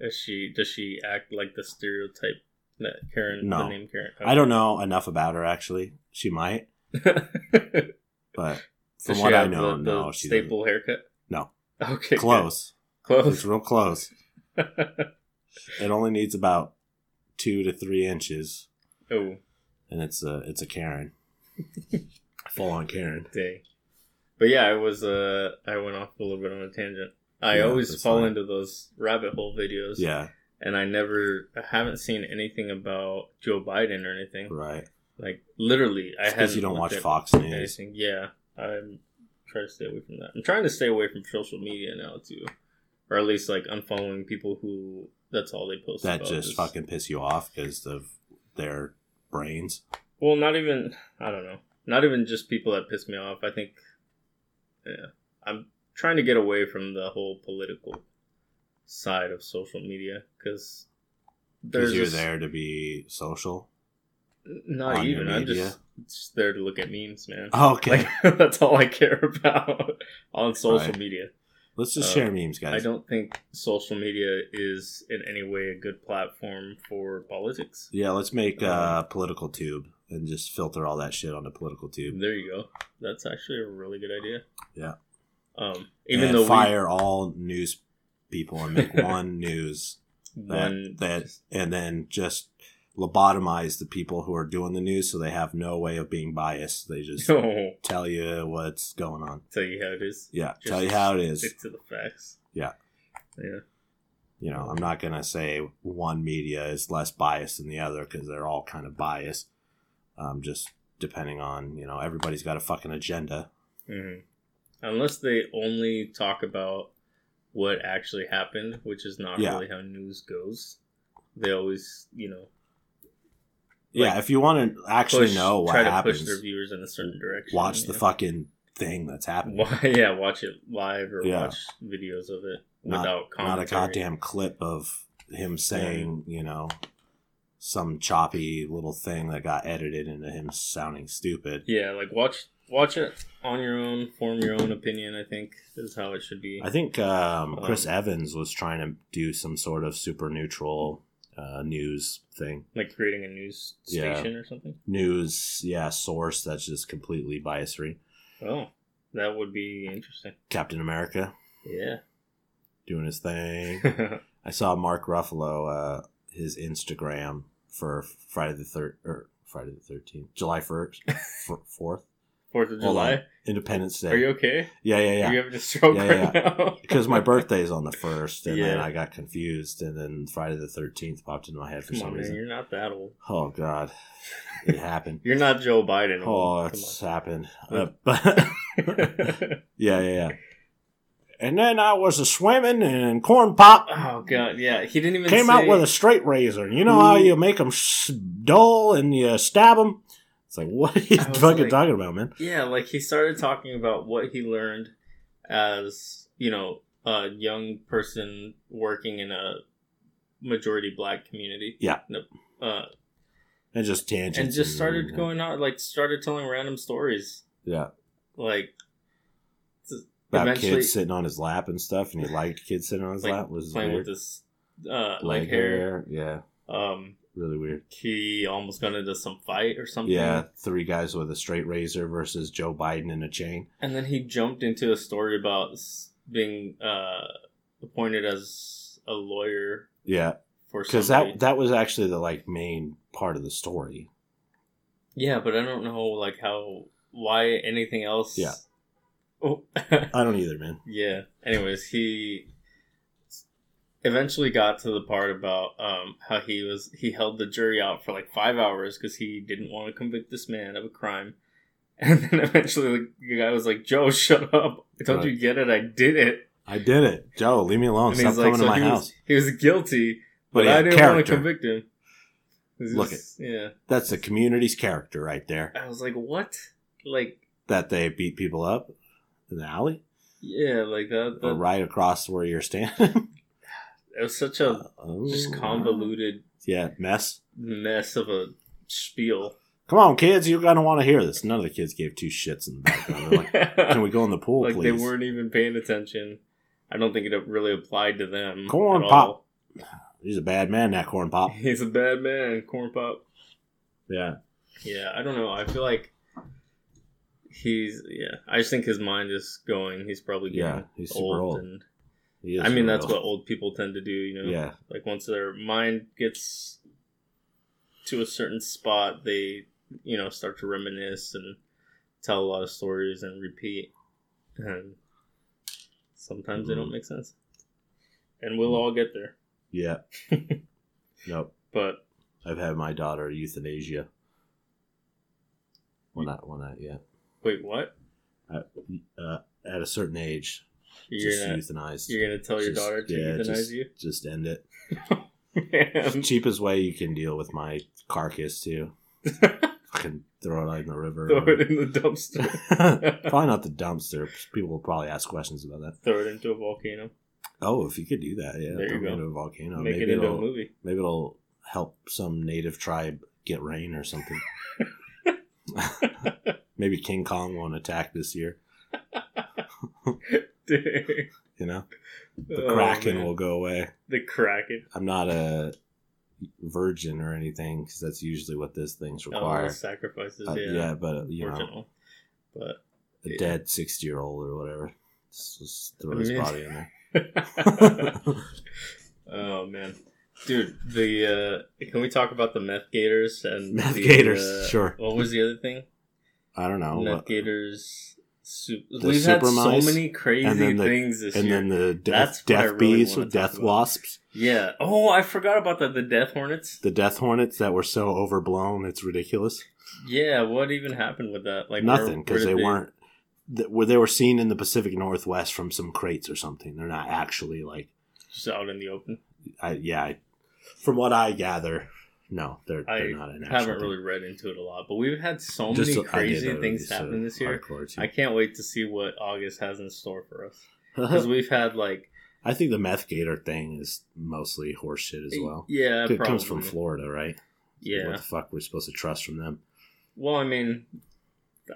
Speaker 2: is she does she act like the stereotype that Karen,
Speaker 1: No.
Speaker 2: the name Karen?
Speaker 1: I
Speaker 2: (laughs)
Speaker 1: don't know enough about her actually. She might,
Speaker 2: know.
Speaker 1: but from what I know, no, she doesn't.
Speaker 2: staple haircut.
Speaker 1: No.
Speaker 2: (laughs) Okay. good.
Speaker 1: close. It's
Speaker 2: Close.
Speaker 1: real close.
Speaker 2: (laughs)
Speaker 1: It only needs about two to three inches,
Speaker 2: oh,
Speaker 1: and it's a it's a
Speaker 2: (laughs)
Speaker 1: Karen, full on Karen.
Speaker 2: dang. But yeah, I was uh, I went off a little bit on a tangent. I
Speaker 1: Yeah,
Speaker 2: always
Speaker 1: that's
Speaker 2: fall
Speaker 1: fine.
Speaker 2: into those rabbit hole videos.
Speaker 1: Yeah,
Speaker 2: And I never, I haven't seen anything about Joe Biden or anything.
Speaker 1: right.
Speaker 2: Like literally, I
Speaker 1: Because
Speaker 2: had
Speaker 1: you don't watch Fox News.
Speaker 2: Anything. Yeah, I'm trying to stay away from that. I'm trying to stay away from social media now too, or at least like unfollowing people who that's all they post.
Speaker 1: That
Speaker 2: about
Speaker 1: just
Speaker 2: is-
Speaker 1: fucking piss you off because of their brains.
Speaker 2: Well, not even I don't know. Not even just people that piss me off. I think, yeah, I'm trying to get away from the whole political side of social media because
Speaker 1: Because
Speaker 2: there's
Speaker 1: you're
Speaker 2: just-
Speaker 1: there to be social.
Speaker 2: Not
Speaker 1: on your
Speaker 2: even. I'm
Speaker 1: media?
Speaker 2: just, just there to look at
Speaker 1: (laughs)
Speaker 2: memes, man.
Speaker 1: Okay,
Speaker 2: (laughs) Like (laughs) that's all I care about on social
Speaker 1: Right.
Speaker 2: media.
Speaker 1: let's just
Speaker 2: uh,
Speaker 1: share memes, guys.
Speaker 2: I don't think social media is in any way a good platform for politics.
Speaker 1: Yeah, let's make
Speaker 2: Uh,
Speaker 1: uh, political tube and just filter all that shit onto political tube.
Speaker 2: There you go. That's actually a really good idea.
Speaker 1: Yeah.
Speaker 2: Um, even
Speaker 1: and
Speaker 2: though
Speaker 1: fire all news people and
Speaker 2: (laughs)
Speaker 1: make one news
Speaker 2: we
Speaker 1: that,
Speaker 2: one (laughs)
Speaker 1: that and then just lobotomize the people who are doing the news so they have no way of being biased.
Speaker 2: (laughs)
Speaker 1: They just
Speaker 2: no,
Speaker 1: tell you what's going on.
Speaker 2: tell you how it is.
Speaker 1: Yeah,
Speaker 2: Just
Speaker 1: tell you how it is.
Speaker 2: Stick to the facts.
Speaker 1: Yeah.
Speaker 2: Yeah.
Speaker 1: You know, I'm not gonna say one media is less biased than the other because they're all kind of biased. Um, just depending on you know everybody's got a fucking agenda.
Speaker 2: hmm Unless they only talk about what actually happened, which is not
Speaker 1: Yeah.
Speaker 2: really how news goes. They always, you know,
Speaker 1: yeah, if you want to actually
Speaker 2: push-
Speaker 1: know what
Speaker 2: try to push
Speaker 1: happens,
Speaker 2: their viewers in a certain direction.
Speaker 1: watch the
Speaker 2: yeah.
Speaker 1: fucking thing that's happening.
Speaker 2: Why, yeah, watch it live or
Speaker 1: Yeah.
Speaker 2: watch videos of it
Speaker 1: Not-
Speaker 2: without
Speaker 1: Not a
Speaker 2: commentary.
Speaker 1: goddamn clip of him saying, you know, some choppy little thing that got edited into him sounding stupid.
Speaker 2: Yeah, like watch watch it on your own, form your own opinion. I think is how it should be.
Speaker 1: I think um,
Speaker 2: Um,
Speaker 1: Chris Evans was trying to do some sort of super neutral uh, news thing.
Speaker 2: like creating a news
Speaker 1: Yeah.
Speaker 2: station or something.
Speaker 1: News, yeah, source that's just completely bias free.
Speaker 2: Oh, that would be interesting.
Speaker 1: Captain America
Speaker 2: Yeah.
Speaker 1: doing his thing. I saw Mark Ruffalo, uh, his Instagram for Friday the third or Friday the thirteenth, July
Speaker 2: (laughs)
Speaker 1: first, fourth,
Speaker 2: (laughs) Fourth of
Speaker 1: Hold
Speaker 2: July.
Speaker 1: on. Independence Day.
Speaker 2: Are you okay?
Speaker 1: yeah, yeah,
Speaker 2: Are you
Speaker 1: yeah.
Speaker 2: having a stroke
Speaker 1: Yeah,
Speaker 2: right now?
Speaker 1: Because my birthday's on the first, and then
Speaker 2: Yeah.
Speaker 1: I got confused, and then Friday the thirteenth popped into my head for
Speaker 2: (laughs) Come
Speaker 1: some
Speaker 2: on, man.
Speaker 1: reason.
Speaker 2: You're not that old.
Speaker 1: Oh God, it
Speaker 2: (laughs)
Speaker 1: happened.
Speaker 2: You're not Joe Biden.
Speaker 1: Oh,
Speaker 2: old.
Speaker 1: it's happened. Uh, (laughs) but
Speaker 2: (laughs)
Speaker 1: yeah, yeah, yeah. And then I was a swimming and corn pop.
Speaker 2: oh God. Yeah. He didn't even
Speaker 1: came out
Speaker 2: say-
Speaker 1: with a straight razor. You know how
Speaker 2: Ooh.
Speaker 1: you make them dull and you stab them? It's like, (laughs) what are you
Speaker 2: I was
Speaker 1: fucking
Speaker 2: like-
Speaker 1: talking about, man?
Speaker 2: Yeah, like he started talking about what he learned as, you know, a young person working in a majority black community.
Speaker 1: Yeah.
Speaker 2: No, uh,
Speaker 1: And just tangents.
Speaker 2: and just started going on, like, started telling random stories.
Speaker 1: Yeah.
Speaker 2: Like,
Speaker 1: About
Speaker 2: Eventually-
Speaker 1: kids sitting on his lap and stuff, and he liked kids sitting on his
Speaker 2: Like,
Speaker 1: lap. Was
Speaker 2: playing
Speaker 1: weird.
Speaker 2: with his uh,
Speaker 1: Leg
Speaker 2: leg hair.
Speaker 1: Yeah,
Speaker 2: Um,
Speaker 1: really weird.
Speaker 2: he almost got into some fight or something.
Speaker 1: Yeah, three guys with a straight razor versus Joe Biden in a chain.
Speaker 2: And then he jumped into a story about s- being uh, appointed as a lawyer
Speaker 1: Yeah,
Speaker 2: for
Speaker 1: because
Speaker 2: somebody.
Speaker 1: that that was actually the like main part of the story.
Speaker 2: Yeah, but I don't know like how why anything else.
Speaker 1: Yeah.
Speaker 2: Oh.
Speaker 1: I don't either, man.
Speaker 2: yeah. Anyways, he eventually got to the part about um how he was he held the jury out for like 5 hours cuz he didn't want to convict this man of a crime. (laughs) And then eventually the- the guy was like, "Joe, shut up. Don't you get it? I did it."
Speaker 1: I did it, Joe. Leave me alone.
Speaker 2: and
Speaker 1: "Oh, Stop
Speaker 2: he's
Speaker 1: coming to
Speaker 2: like, "So
Speaker 1: my
Speaker 2: he
Speaker 1: house.
Speaker 2: was, he was guilty,
Speaker 1: But
Speaker 2: but,
Speaker 1: yeah,
Speaker 2: I didn't want to
Speaker 1: character.
Speaker 2: convict him." It was
Speaker 1: Look
Speaker 2: just- yeah.
Speaker 1: That's the community's character right there.
Speaker 2: I was like, "What?" Like
Speaker 1: That they beat people up in the alley
Speaker 2: yeah, like that,
Speaker 1: or
Speaker 2: that
Speaker 1: right across where you're standing.
Speaker 2: it was such a
Speaker 1: (laughs)
Speaker 2: just
Speaker 1: Oh.
Speaker 2: convoluted
Speaker 1: Yeah, mess.
Speaker 2: mess of a spiel.
Speaker 1: Come on, kids. You're gonna want to hear this. None of the kids gave two shits in the background.
Speaker 2: (laughs)
Speaker 1: They're like, can we go in the pool,
Speaker 2: Like,
Speaker 1: please?
Speaker 2: they weren't even paying attention. I don't think it really applied to them.
Speaker 1: Go on,
Speaker 2: at
Speaker 1: Pop. He's a bad man, that corn
Speaker 2: all. (laughs)
Speaker 1: pop.
Speaker 2: He's a bad man, corn pop.
Speaker 1: Yeah.
Speaker 2: Yeah, I don't know. I feel like he's yeah. I just think his mind is going. He's probably getting
Speaker 1: Yeah, he's super
Speaker 2: old,
Speaker 1: old.
Speaker 2: and
Speaker 1: He is
Speaker 2: I mean
Speaker 1: super
Speaker 2: that's
Speaker 1: old.
Speaker 2: what old people tend to do. You know,
Speaker 1: Yeah,
Speaker 2: like once their mind gets to a certain spot they you know start to reminisce and tell a lot of stories and repeat and sometimes they
Speaker 1: Mm-hmm.
Speaker 2: don't make sense and we'll all get there
Speaker 1: yeah.
Speaker 2: (laughs)
Speaker 1: nope.
Speaker 2: but
Speaker 1: I've had my daughter euthanasia. Well, not well, not yet.
Speaker 2: wait what
Speaker 1: Uh, at a certain age,
Speaker 2: you're
Speaker 1: just
Speaker 2: gonna
Speaker 1: euthanized.
Speaker 2: you're gonna tell your
Speaker 1: Just-
Speaker 2: daughter to
Speaker 1: yeah,
Speaker 2: euthanize
Speaker 1: just, (laughs)
Speaker 2: you (laughs)
Speaker 1: Just end it.
Speaker 2: Man.
Speaker 1: Cheapest way you can deal with my carcass
Speaker 2: (laughs)
Speaker 1: too. Fucking throw it out in the river.
Speaker 2: throw it in the dumpster
Speaker 1: (laughs)
Speaker 2: (laughs)
Speaker 1: probably not the dumpster. People will probably ask questions about that.
Speaker 2: throw it into a volcano
Speaker 1: Oh, if you could do that, yeah,
Speaker 2: There you
Speaker 1: throw me
Speaker 2: go.
Speaker 1: into a volcano.
Speaker 2: make it
Speaker 1: maybe
Speaker 2: into a
Speaker 1: it'll
Speaker 2: movie (laughs)
Speaker 1: maybe it'll help some native tribe get rain or
Speaker 2: (laughs)
Speaker 1: something. (laughs) maybe King Kong won't attack this year.
Speaker 2: Dude.
Speaker 1: You know, the
Speaker 2: Oh,
Speaker 1: Kraken
Speaker 2: man.
Speaker 1: will go away.
Speaker 2: the kraken
Speaker 1: I'm not a virgin or anything because that's usually what this thing's
Speaker 2: oh,
Speaker 1: require.
Speaker 2: sacrifices
Speaker 1: Uh,
Speaker 2: yeah,
Speaker 1: yeah. but uh, you know,
Speaker 2: Original. but
Speaker 1: a
Speaker 2: Yeah.
Speaker 1: dead sixty year old or whatever. Just, just throw
Speaker 2: I (laughs)
Speaker 1: his
Speaker 2: mean-
Speaker 1: body in there. (laughs)
Speaker 2: oh man, dude. The uh, can we talk about the meth gators and
Speaker 1: Meth
Speaker 2: the,
Speaker 1: gators,
Speaker 2: uh,
Speaker 1: sure.
Speaker 2: What was the other thing?
Speaker 1: I don't know.
Speaker 2: meth
Speaker 1: what-
Speaker 2: gators. Su- We've had
Speaker 1: super
Speaker 2: so
Speaker 1: mice,
Speaker 2: many crazy
Speaker 1: and then the-
Speaker 2: things this
Speaker 1: and
Speaker 2: year.
Speaker 1: then the
Speaker 2: That's
Speaker 1: death,
Speaker 2: what I
Speaker 1: death
Speaker 2: really
Speaker 1: bees
Speaker 2: wanna
Speaker 1: with
Speaker 2: talk
Speaker 1: death
Speaker 2: about.
Speaker 1: wasps,
Speaker 2: yeah. Oh, I forgot about the the death hornets.
Speaker 1: the death hornets that were so overblown, it's ridiculous.
Speaker 2: Yeah. What even happened with that? Like where-
Speaker 1: Nothing
Speaker 2: where
Speaker 1: because
Speaker 2: did
Speaker 1: they weren't. th- Where they were seen in the Pacific Northwest from some crates or something. They're not actually like,
Speaker 2: just out in the open.
Speaker 1: I yeah. I, from what I gather, no, they're
Speaker 2: I
Speaker 1: they're not an actual.
Speaker 2: Haven't
Speaker 1: thing.
Speaker 2: really read into it a lot, but we've had so
Speaker 1: Just
Speaker 2: many
Speaker 1: so- I did
Speaker 2: crazy
Speaker 1: already,
Speaker 2: things
Speaker 1: so
Speaker 2: happen this year.
Speaker 1: hardcore, too.
Speaker 2: I can't wait to see what August has in store for us
Speaker 1: (laughs)
Speaker 2: because we've had like
Speaker 1: (laughs) I think the meth gator thing is mostly horseshit as well.
Speaker 2: Yeah,
Speaker 1: it
Speaker 2: probably.
Speaker 1: comes from Florida, right? What
Speaker 2: Yeah.
Speaker 1: the fuck we're supposed to trust from them?
Speaker 2: Well, I mean,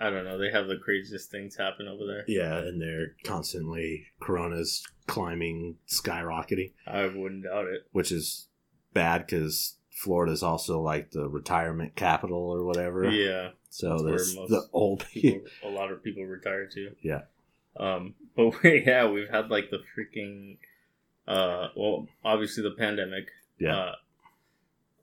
Speaker 2: I don't know. They have the craziest things happen over there.
Speaker 1: Yeah, and they're constantly coronas climbing, skyrocketing,
Speaker 2: I wouldn't doubt it.
Speaker 1: which is bad because Florida's also like the retirement capital or whatever. (laughs)
Speaker 2: Yeah,
Speaker 1: So
Speaker 2: That's where
Speaker 1: there's
Speaker 2: most
Speaker 1: the old people. (laughs)
Speaker 2: people, a lot of people retire too.
Speaker 1: Yeah.
Speaker 2: Um, (laughs) but we, yeah, we've had like the freaking, uh, well, obviously the pandemic.
Speaker 1: Yeah.
Speaker 2: Uh,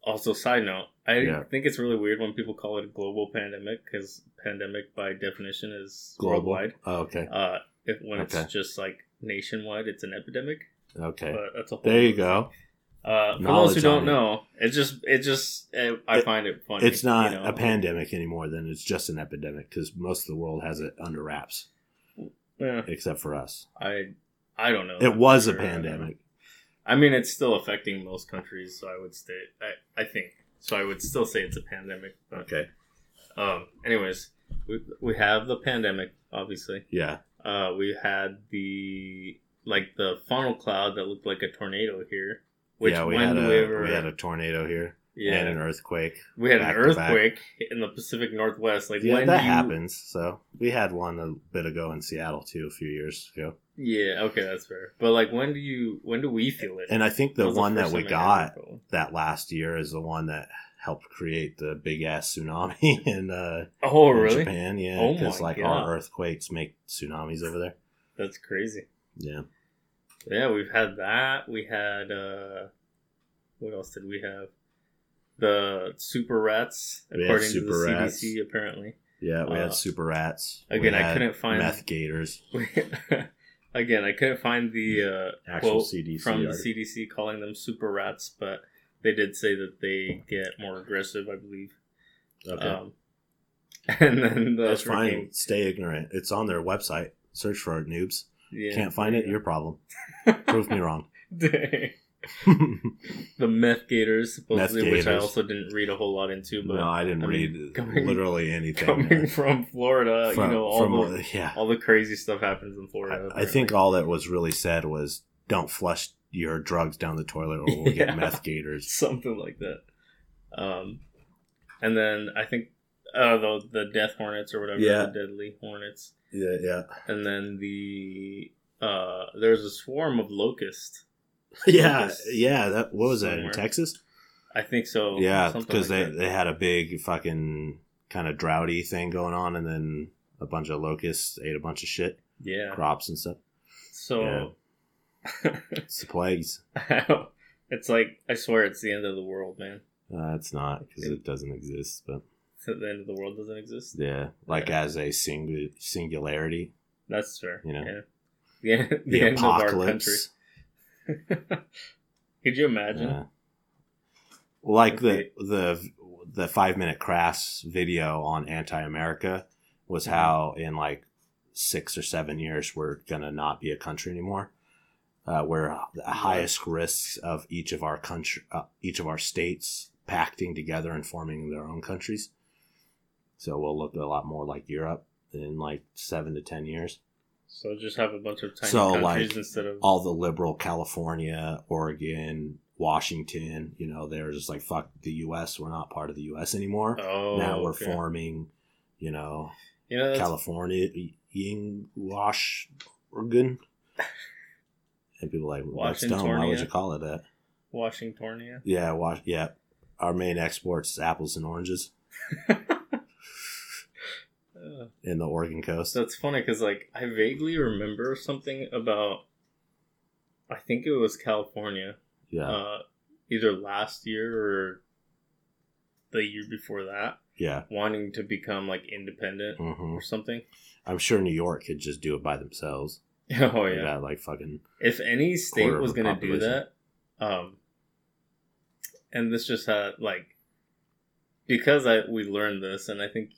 Speaker 2: also, side note, I
Speaker 1: Yeah.
Speaker 2: think it's really weird when people call it a global pandemic because pandemic by definition is worldwide.
Speaker 1: Oh, okay.
Speaker 2: Uh, if, when
Speaker 1: Okay.
Speaker 2: it's just like nationwide, it's an epidemic.
Speaker 1: Okay.
Speaker 2: But that's a whole
Speaker 1: There you
Speaker 2: other
Speaker 1: go.
Speaker 2: Uh, for
Speaker 1: Knowledge
Speaker 2: those who don't
Speaker 1: on it.
Speaker 2: know, it just it just it, I
Speaker 1: It-
Speaker 2: find it funny.
Speaker 1: It's not
Speaker 2: you know?
Speaker 1: a pandemic anymore, then it's just an epidemic because most of the world has it under wraps,
Speaker 2: Yeah,
Speaker 1: except for us.
Speaker 2: I I don't know.
Speaker 1: It was a
Speaker 2: Oh, Sure, I don't know.
Speaker 1: pandemic.
Speaker 2: I mean, it's still affecting most countries, so I would say I I think so. I would still say it's a pandemic. But,
Speaker 1: Okay.
Speaker 2: Um, anyways, we, we have the pandemic, obviously.
Speaker 1: Yeah.
Speaker 2: Uh, we had the like the funnel cloud that looked like a tornado here. Which
Speaker 1: yeah, we
Speaker 2: when
Speaker 1: had, a,
Speaker 2: we were
Speaker 1: we had a tornado here
Speaker 2: yeah,
Speaker 1: and an earthquake.
Speaker 2: we had an
Speaker 1: back to back.
Speaker 2: earthquake in the Pacific Northwest. Like
Speaker 1: Yeah,
Speaker 2: when
Speaker 1: that
Speaker 2: do you-
Speaker 1: happens. So we had one a bit ago in Seattle too, a few years ago.
Speaker 2: Yeah, okay, that's fair. But like, when do you? When do we feel it?
Speaker 1: And I think
Speaker 2: That
Speaker 1: the
Speaker 2: was
Speaker 1: one that
Speaker 2: first
Speaker 1: we
Speaker 2: time I had
Speaker 1: got
Speaker 2: it.
Speaker 1: that last year is the one that helped create the big ass tsunami (laughs) in, uh,
Speaker 2: Oh,
Speaker 1: in
Speaker 2: really?
Speaker 1: Japan. Yeah,
Speaker 2: Oh
Speaker 1: because
Speaker 2: my
Speaker 1: like
Speaker 2: God.
Speaker 1: our earthquakes make tsunamis over there.
Speaker 2: That's crazy.
Speaker 1: Yeah,
Speaker 2: Yeah, we've had that. We had uh what else did we have? The super rats,
Speaker 1: We had
Speaker 2: according to
Speaker 1: super
Speaker 2: the
Speaker 1: rats.
Speaker 2: CDC, apparently.
Speaker 1: yeah, we
Speaker 2: Uh,
Speaker 1: had super rats. We
Speaker 2: Again, I
Speaker 1: had
Speaker 2: couldn't find
Speaker 1: meth gators.
Speaker 2: (laughs) again, I couldn't find the uh,
Speaker 1: Actual
Speaker 2: quote
Speaker 1: CDC
Speaker 2: from the
Speaker 1: article.
Speaker 2: CDC calling them super rats, but they did say that they get more aggressive, I believe.
Speaker 1: Okay,
Speaker 2: Um, (laughs) and then the
Speaker 1: that's fine.
Speaker 2: freaking-
Speaker 1: Stay ignorant. It's on their website. Search for it, noobs.
Speaker 2: Yeah,
Speaker 1: Can't find it. Your problem. Prove me wrong.
Speaker 2: (laughs)
Speaker 1: (laughs)
Speaker 2: Dang. the meth gators supposedly, which I
Speaker 1: gators.
Speaker 2: also didn't read a whole lot into. But
Speaker 1: no,
Speaker 2: (laughs)
Speaker 1: I didn't
Speaker 2: I mean,
Speaker 1: read
Speaker 2: coming-
Speaker 1: literally anything. uh,
Speaker 2: coming from Florida,
Speaker 1: From-
Speaker 2: you know, all
Speaker 1: from-
Speaker 2: the
Speaker 1: yeah.
Speaker 2: all the crazy stuff happens in
Speaker 1: I,
Speaker 2: Florida.
Speaker 1: I
Speaker 2: (laughs)
Speaker 1: think all that was really said was don't flush your drugs down the toilet or we'll
Speaker 2: Yeah.
Speaker 1: get meth gators.
Speaker 2: (laughs) something like that. Um, and then I think uh, the the death hornets or whatever,
Speaker 1: Yeah.
Speaker 2: the deadly hornets,
Speaker 1: Yeah, yeah.
Speaker 2: and then the uh, there's a swarm of locusts.
Speaker 1: (laughs) Yeah, yeah. That what was that
Speaker 2: Somewhere.
Speaker 1: in Texas?
Speaker 2: I think so.
Speaker 1: yeah,
Speaker 2: something
Speaker 1: because
Speaker 2: like
Speaker 1: they,
Speaker 2: that.
Speaker 1: they had a big fucking kind of droughty thing going on and then a bunch of locusts ate a bunch of shit,
Speaker 2: yeah.
Speaker 1: crops and
Speaker 2: (laughs)
Speaker 1: stuff.
Speaker 2: So
Speaker 1: It's the plagues.
Speaker 2: (laughs) it's like I swear it's the end of the world, man.
Speaker 1: Uh, it's not because it doesn't exist, but
Speaker 2: (laughs) The end of the world doesn't exist.
Speaker 1: yeah, like as a singu- singularity,
Speaker 2: That's fair.
Speaker 1: You know.
Speaker 2: yeah. (laughs) The end, the
Speaker 1: the,
Speaker 2: end of our country.
Speaker 1: apocalypse.
Speaker 2: (laughs) Could you imagine?
Speaker 1: Yeah. Like
Speaker 2: Okay.
Speaker 1: the the the five minute crafts video on anti America was
Speaker 2: Mhm.
Speaker 1: how in like six or seven years we're gonna not be a country anymore. Uh, we're the highest risks of each of our country, uh, each of our states pacting together and forming their own countries. So we'll look a lot more like Europe in like seven to ten years.
Speaker 2: So just have a bunch of tiny
Speaker 1: So,
Speaker 2: countries
Speaker 1: like,
Speaker 2: instead of
Speaker 1: all the liberal California, Oregon, Washington, you know, they're just like, fuck the US. We're not part of the US anymore.
Speaker 2: oh
Speaker 1: now we're
Speaker 2: okay.
Speaker 1: forming, you know,
Speaker 2: You know, that's,
Speaker 1: California, Ying, Wash, Oregon. And people are like, that's dumb. Why would
Speaker 2: Washingtonia.
Speaker 1: you call it that?
Speaker 2: Washingtonia.
Speaker 1: Yeah, wash, yeah. Our main exports is apples and oranges
Speaker 2: Uh,
Speaker 1: in the Oregon coast.
Speaker 2: so it's funny because like I vaguely remember something about. I think it was California,
Speaker 1: Yeah,
Speaker 2: uh, either last year or the year before that,
Speaker 1: yeah.
Speaker 2: wanting to become like independent
Speaker 1: hmm
Speaker 2: or something. (laughs)
Speaker 1: I'm sure New York could just do it by themselves.
Speaker 2: Oh
Speaker 1: They
Speaker 2: yeah,
Speaker 1: got, like fucking
Speaker 2: if any state
Speaker 1: Quarter of
Speaker 2: was
Speaker 1: the
Speaker 2: going to do
Speaker 1: population.
Speaker 2: that um and this just had like because i we learned this and i think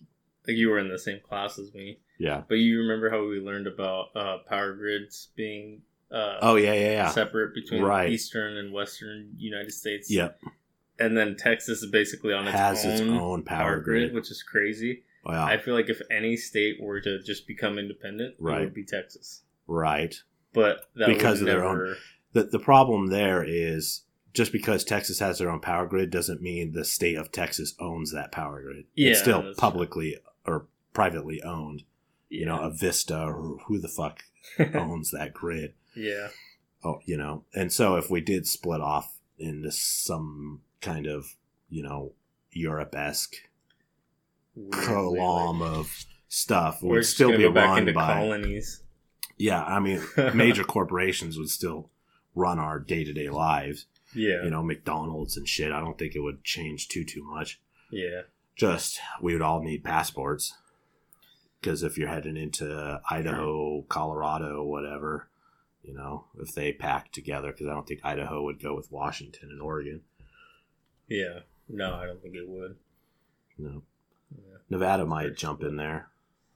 Speaker 2: you were in the same class as me
Speaker 1: yeah.
Speaker 2: but you remember how we learned about uh power grids being uh
Speaker 1: Oh yeah, yeah, yeah.
Speaker 2: separate between
Speaker 1: Right.
Speaker 2: eastern and western united states
Speaker 1: Yep.
Speaker 2: and then texas is basically on its,
Speaker 1: has
Speaker 2: own,
Speaker 1: its own
Speaker 2: power
Speaker 1: power
Speaker 2: grid,
Speaker 1: grid.
Speaker 2: which is crazy
Speaker 1: Wow.
Speaker 2: i feel like if any state were to just become independent it would
Speaker 1: Right.
Speaker 2: be texas
Speaker 1: right.
Speaker 2: but that
Speaker 1: Because
Speaker 2: was
Speaker 1: of their own-
Speaker 2: never,
Speaker 1: The the problem there is just because Texas has their own power grid doesn't mean the state of Texas owns that power grid.
Speaker 2: Yeah,
Speaker 1: it's still
Speaker 2: that's true.
Speaker 1: publicly or privately owned. You know,
Speaker 2: Yeah.
Speaker 1: a Vista or who the
Speaker 2: (laughs)
Speaker 1: fuck owns that grid.
Speaker 2: yeah
Speaker 1: Oh, you know. And so if we did split off into some kind of, you know, Europe esque
Speaker 2: Weirdly,
Speaker 1: column
Speaker 2: like,
Speaker 1: of stuff
Speaker 2: we're
Speaker 1: would
Speaker 2: just
Speaker 1: still
Speaker 2: gonna
Speaker 1: be
Speaker 2: go back
Speaker 1: run
Speaker 2: into
Speaker 1: by
Speaker 2: colonies.
Speaker 1: Yeah, I mean (laughs) major corporations would still run our day to day lives.
Speaker 2: (laughs) yeah,
Speaker 1: You know, McDonald's and shit. I don't think it would change too too much.
Speaker 2: yeah,
Speaker 1: Just we would all need passports because if you're heading into Idaho, Colorado, whatever, you know, if they pack together, because I don't think Idaho would go with Washington and Oregon.
Speaker 2: yeah. No, I don't think it would.
Speaker 1: You know,
Speaker 2: Yeah.
Speaker 1: Nevada might jump in there.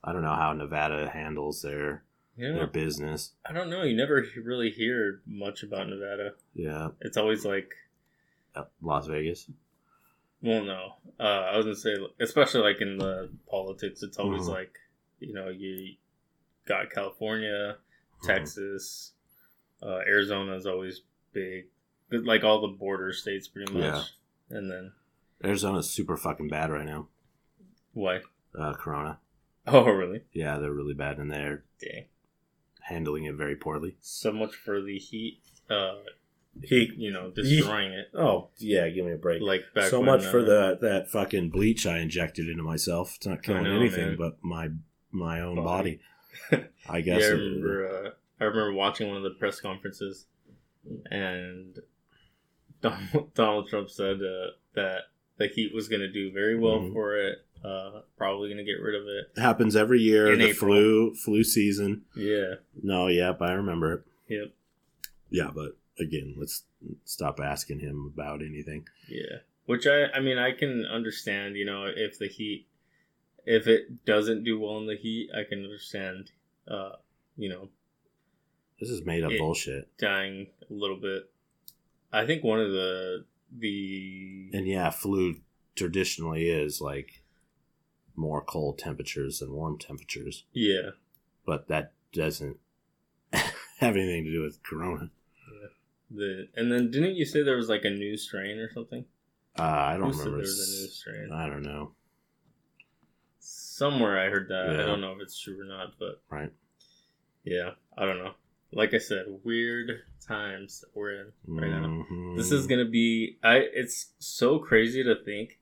Speaker 1: I don't know how Nevada handles their
Speaker 2: You
Speaker 1: their
Speaker 2: know,
Speaker 1: business.
Speaker 2: I don't know. You never he- really hear much about Nevada.
Speaker 1: Yeah,
Speaker 2: It's always like
Speaker 1: Las Vegas.
Speaker 2: Well, no, uh, I was gonna say, especially like in the politics, it's always
Speaker 1: Mhm.
Speaker 2: like, you know, you got California,
Speaker 1: Mm-hmm.
Speaker 2: Texas, uh, Arizona is always big, but like all the border states, pretty much,
Speaker 1: Yeah.
Speaker 2: and then
Speaker 1: Arizona's super fucking bad right now.
Speaker 2: why? (laughs)
Speaker 1: Uh, corona.
Speaker 2: Oh, really?
Speaker 1: Yeah, they're really bad and they're
Speaker 2: Dang!
Speaker 1: handling it very poorly.
Speaker 2: So much for the heat. Uh, he, you know, destroying it.
Speaker 1: Oh, yeah, give me a break.
Speaker 2: Like back
Speaker 1: so
Speaker 2: when,
Speaker 1: much for
Speaker 2: uh,
Speaker 1: that that fucking bleach I injected into myself. It's not killing
Speaker 2: know,
Speaker 1: anything
Speaker 2: man.
Speaker 1: but my my own
Speaker 2: Body.
Speaker 1: body.
Speaker 2: (laughs)
Speaker 1: I
Speaker 2: Yeah,
Speaker 1: guess.
Speaker 2: I
Speaker 1: it-
Speaker 2: remember. Uh, I remember watching one of the press conferences, and Donald, (laughs) Donald Trump said uh, that the heat was going to do very well
Speaker 1: Mhm.
Speaker 2: for it. Uh, probably going to get rid of it.
Speaker 1: it happens every year.
Speaker 2: In
Speaker 1: the
Speaker 2: April.
Speaker 1: flu flu season.
Speaker 2: Yeah,
Speaker 1: No, yep, I remember it.
Speaker 2: Yep.
Speaker 1: Yeah, but again, let's stop asking him about anything.
Speaker 2: yeah. Which I, I mean, I can understand. You know, if the heat, if it doesn't do well in the heat, I can understand. Uh, you know,
Speaker 1: This is made up
Speaker 2: It-
Speaker 1: bullshit.
Speaker 2: dying a little bit. I think one of the the
Speaker 1: And yeah, flu traditionally is like more cold temperatures than warm temperatures,
Speaker 2: yeah
Speaker 1: but that doesn't (laughs) have anything to do with corona.
Speaker 2: the and then didn't you say there was like a new strain or something?
Speaker 1: Uh, I don't
Speaker 2: Who said
Speaker 1: remember.
Speaker 2: There was a new
Speaker 1: s-
Speaker 2: strain.
Speaker 1: I don't know.
Speaker 2: Somewhere I heard that. I
Speaker 1: Yeah.
Speaker 2: don't know if it's true or not, but
Speaker 1: Right.
Speaker 2: Yeah, I don't know. Like I said, weird times that we're in right now.
Speaker 1: Mhm.
Speaker 2: This is gonna be. I. It's so crazy to think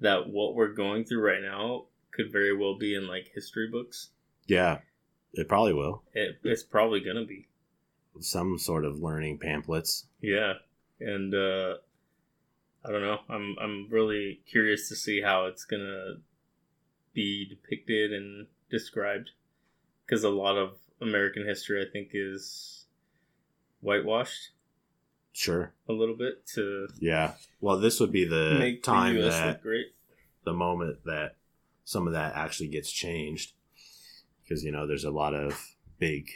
Speaker 2: that what we're going through right now could very well be in like history books.
Speaker 1: yeah. It probably will.
Speaker 2: It, it's probably gonna be.
Speaker 1: Some sort of learning pamphlets.
Speaker 2: Yeah, and uh, I don't know. I'm I'm really curious to see how it's gonna be depicted and described, because a lot of American history, I think, is whitewashed
Speaker 1: Sure.
Speaker 2: a little bit to
Speaker 1: Yeah. Well, this would be the
Speaker 2: make
Speaker 1: time
Speaker 2: the U.S.
Speaker 1: that
Speaker 2: look great.
Speaker 1: the moment that some of that actually gets changed because you know there's a lot of big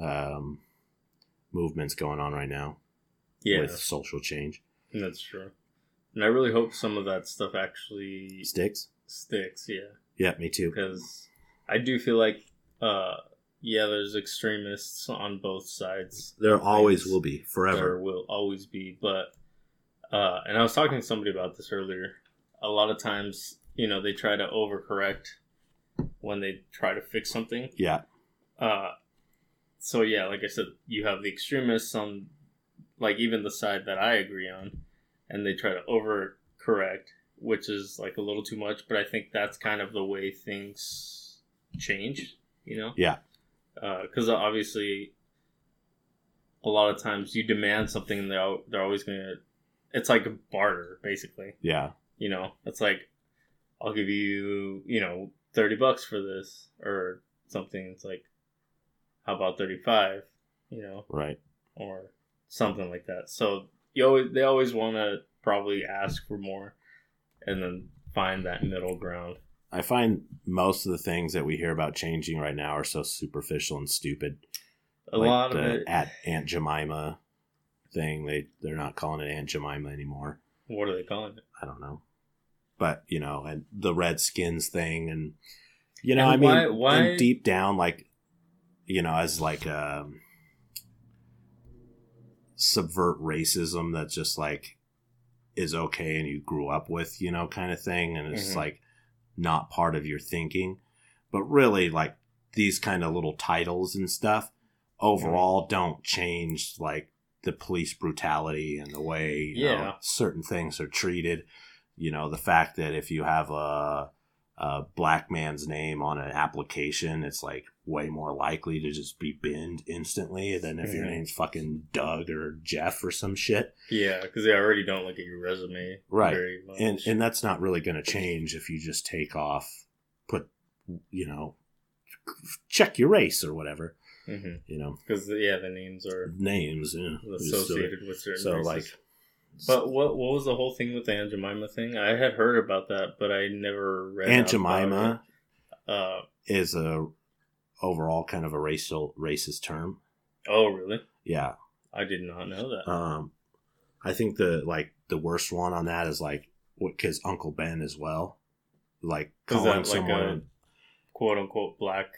Speaker 1: um, movements going on right now
Speaker 2: Yeah,
Speaker 1: with social change
Speaker 2: that's true. And I really hope some of that stuff actually
Speaker 1: sticks
Speaker 2: sticks. Yeah.
Speaker 1: yeah me too
Speaker 2: because I do feel like, uh, yeah, there's extremists on both sides.
Speaker 1: there always will be
Speaker 2: There
Speaker 1: forever
Speaker 2: will always be, but uh, and I was talking to somebody about this earlier. A lot of times, you know, they try to overcorrect when they try to fix something.
Speaker 1: yeah
Speaker 2: Uh, so yeah, like I said, you have the extremists on, like even the side that I agree on, and they try to overcorrect, which is like a little too much. But I think that's kind of the way things change, you know?
Speaker 1: Yeah.
Speaker 2: Because obviously, a lot of times you demand something, and they're al- they're always gonna. It's like a barter, basically.
Speaker 1: yeah
Speaker 2: You know, it's like I'll give you, you know, thirty bucks for this or something. It's like, how about thirty five? You know,
Speaker 1: right
Speaker 2: or something like that. So you always they always want to probably ask for more, and then find that middle ground.
Speaker 1: i find most of the things that we hear about changing right now are so superficial and stupid
Speaker 2: A
Speaker 1: Like
Speaker 2: lot of
Speaker 1: the
Speaker 2: it.
Speaker 1: at aunt jemima thing they they're not calling it aunt jemima anymore
Speaker 2: what are they calling it?
Speaker 1: I don't know. But you know, and the Redskins thing, and you know,
Speaker 2: And
Speaker 1: I mean,
Speaker 2: why- why-
Speaker 1: and deep down, like you know, as like um, subvert racism that's just like is okay and you grew up with, you know, kind of thing, and it's
Speaker 2: Mhm.
Speaker 1: like not part of your thinking. But really, like these kind of little titles and stuff
Speaker 2: Mm-hmm.
Speaker 1: overall don't change like the police brutality and the way you know,
Speaker 2: Yeah.
Speaker 1: certain things are treated. You know, the fact that if you have a, a black man's name on an application, it's like way more likely to just be binned instantly than if your
Speaker 2: Mhm.
Speaker 1: name's fucking Doug or Jeff or some shit.
Speaker 2: Yeah, because they already don't look at your resume
Speaker 1: Right.
Speaker 2: very much.
Speaker 1: And and that's not really going to change if you just take off, put, you know, check your race or whatever.
Speaker 2: Mhm.
Speaker 1: You know,
Speaker 2: 'Cause, yeah, the names are
Speaker 1: names yeah, Just sort of-
Speaker 2: associated with certain.
Speaker 1: so
Speaker 2: races.
Speaker 1: like
Speaker 2: But what what was the whole thing with the Aunt Jemima thing? I had heard about that, but I never read.
Speaker 1: Aunt
Speaker 2: out about
Speaker 1: Jemima
Speaker 2: it. Uh,
Speaker 1: is a overall kind of a racial racist term.
Speaker 2: oh, really?
Speaker 1: Yeah.
Speaker 2: I did not know that.
Speaker 1: Um I think the like the worst one on that is like because Uncle Ben as well, like
Speaker 2: Is
Speaker 1: calling
Speaker 2: that like
Speaker 1: someone
Speaker 2: a- quote unquote black.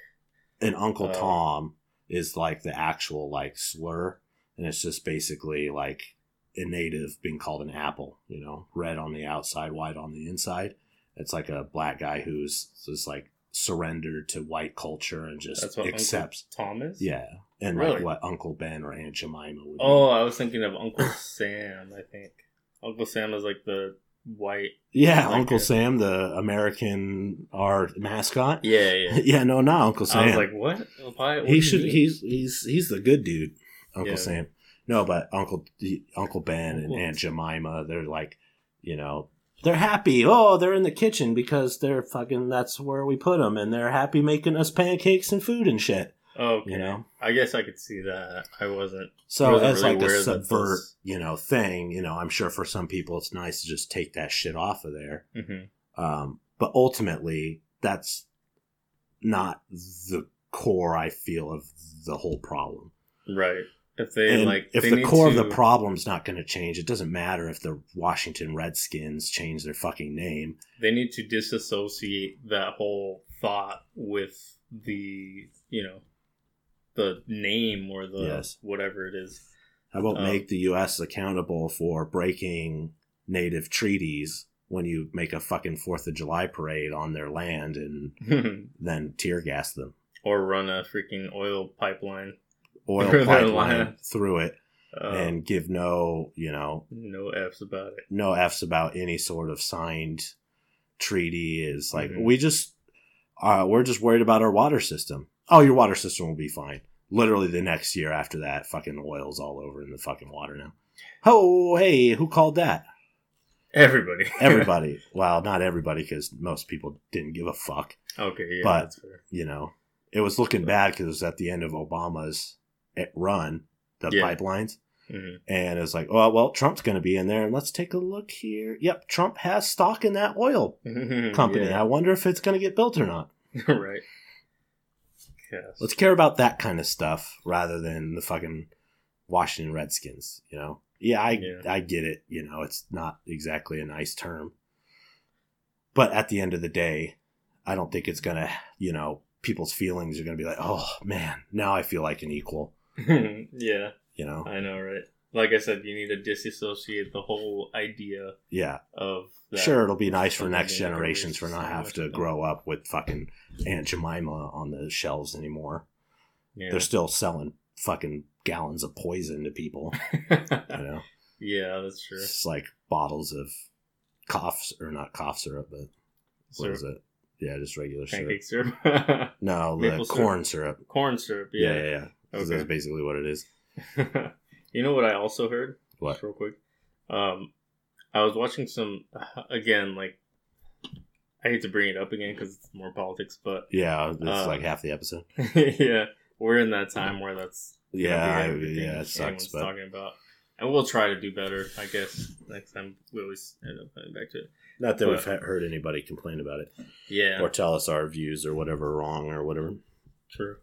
Speaker 1: and Uncle
Speaker 2: Oh.
Speaker 1: Tom is like the actual like slur, and it's just basically like a native being called an apple. You know, red on the outside, white on the inside. It's like a black guy who's just like surrendered to white culture and just
Speaker 2: That's what Uncle-
Speaker 1: accepts.
Speaker 2: Thomas.
Speaker 1: Yeah, and like
Speaker 2: Really?
Speaker 1: what Uncle Ben or Aunt Jemima would.
Speaker 2: Oh, I was thinking
Speaker 1: (laughs)
Speaker 2: of Uncle Sam. I think Uncle Sam is like the white.
Speaker 1: be. yeah,
Speaker 2: like uh,
Speaker 1: Uncle
Speaker 2: it.
Speaker 1: Sam, the American our mascot.
Speaker 2: Yeah, yeah.
Speaker 1: (laughs) Yeah, no, not Uncle Sam.
Speaker 2: I was like, what? Why? what
Speaker 1: he
Speaker 2: do
Speaker 1: should
Speaker 2: you mean?
Speaker 1: he's he's he's the good dude uncle
Speaker 2: Yeah.
Speaker 1: sam no but uncle the- uncle ben and
Speaker 2: Uncle-
Speaker 1: aunt jemima they're like you know they're happy oh they're in the kitchen because they're fucking that's where we put them and they're happy making us pancakes and food and shit
Speaker 2: Oh, Okay.
Speaker 1: you know
Speaker 2: I guess I could see that. I wasn't.
Speaker 1: so
Speaker 2: Wasn't
Speaker 1: as
Speaker 2: really
Speaker 1: like a
Speaker 2: aware that
Speaker 1: subvert
Speaker 2: this-
Speaker 1: you know thing you know i'm sure for some people it's nice to just take that shit off of there
Speaker 2: Mhm.
Speaker 1: um, but ultimately that's not the core i feel of the whole problem
Speaker 2: Right. If they
Speaker 1: And
Speaker 2: like,
Speaker 1: if
Speaker 2: they
Speaker 1: the
Speaker 2: need
Speaker 1: core of
Speaker 2: to-
Speaker 1: the problem's not going to change, it doesn't matter if the Washington Redskins change their fucking name.
Speaker 2: they need to disassociate that whole thought with the you know the name or the
Speaker 1: Yes.
Speaker 2: whatever it is (laughs)
Speaker 1: How about
Speaker 2: Oh.
Speaker 1: make the U.S. accountable for breaking native treaties when you make a fucking Fourth of July parade on their land and then tear gas them,
Speaker 2: or run a freaking oil pipeline
Speaker 1: oil
Speaker 2: (laughs) Their
Speaker 1: pipeline
Speaker 2: land.
Speaker 1: through it,
Speaker 2: uh,
Speaker 1: and give no, you know,
Speaker 2: no f's about it
Speaker 1: no f's about any sort of signed treaty is like
Speaker 2: Mhm.
Speaker 1: we just uh, we're just worried about our water system oh your water system will be fine literally the next year after that fucking oil's all over in the fucking water now oh hey who called that
Speaker 2: everybody (laughs)
Speaker 1: everybody well not everybody because most people didn't give a fuck
Speaker 2: okay yeah
Speaker 1: But-
Speaker 2: that's fair.
Speaker 1: you know it was looking bad because it was at the end of obama's eh, run the
Speaker 2: Yeah.
Speaker 1: pipelines
Speaker 2: Mhm.
Speaker 1: and it's like, oh well, Trump's going to be in there, and let's take a look here. Yep, Trump has stock in that oil
Speaker 2: (laughs)
Speaker 1: company. I
Speaker 2: Mm-hmm. Yeah,
Speaker 1: wonder if it's going to get built or not.
Speaker 2: (laughs) right yes.
Speaker 1: Let's care about that kind of stuff rather than the fucking Washington Redskins, you know? Yeah, I
Speaker 2: Yeah.
Speaker 1: I get it, you know, it's not exactly a nice term. But at the end of the day, I don't think it's going to, you know, people's feelings are going to be like, "Oh, man, now I feel like an equal,"
Speaker 2: (laughs) yeah
Speaker 1: you know?
Speaker 2: i know right like i said you need to disassociate the whole idea
Speaker 1: Yeah.
Speaker 2: of that
Speaker 1: Sure, it'll be nice for
Speaker 2: Something
Speaker 1: next
Speaker 2: that everybody's
Speaker 1: generations for not
Speaker 2: so
Speaker 1: have
Speaker 2: much
Speaker 1: to
Speaker 2: about.
Speaker 1: grow up with fucking Aunt Jemima on the shelves anymore.
Speaker 2: yeah.
Speaker 1: they're still selling fucking gallons of poison to
Speaker 2: (laughs)
Speaker 1: people. You know,
Speaker 2: yeah that's true
Speaker 1: it's like bottles of coughs or not cough syrup, but what
Speaker 2: Syrup.
Speaker 1: is it? Yeah, just regular syrup.
Speaker 2: pancake syrup, (laughs)
Speaker 1: No,
Speaker 2: Maple
Speaker 1: the
Speaker 2: syrup.
Speaker 1: corn syrup.
Speaker 2: corn syrup.
Speaker 1: Yeah,
Speaker 2: Yeah.
Speaker 1: yeah, yeah. That's
Speaker 2: Okay.
Speaker 1: basically what it is.
Speaker 2: (laughs) you know what I also heard?
Speaker 1: What?
Speaker 2: Just real quick. Um, I was watching some (sighs) again. Like, I hate to bring it up again because it's more politics, but (laughs)
Speaker 1: Yeah, it's
Speaker 2: Uh,
Speaker 1: like half the episode.
Speaker 2: yeah, we're in that time where that's gonna
Speaker 1: Yeah,
Speaker 2: be
Speaker 1: I,
Speaker 2: everything
Speaker 1: yeah, it sucks,
Speaker 2: anyone's
Speaker 1: but
Speaker 2: talking about. And we'll try to do better, I guess. Next time we always end up coming back to it.
Speaker 1: not that
Speaker 2: but-
Speaker 1: we've ha- heard anybody complain about it
Speaker 2: Yeah,
Speaker 1: or tell us our views or whatever wrong or whatever.
Speaker 2: True.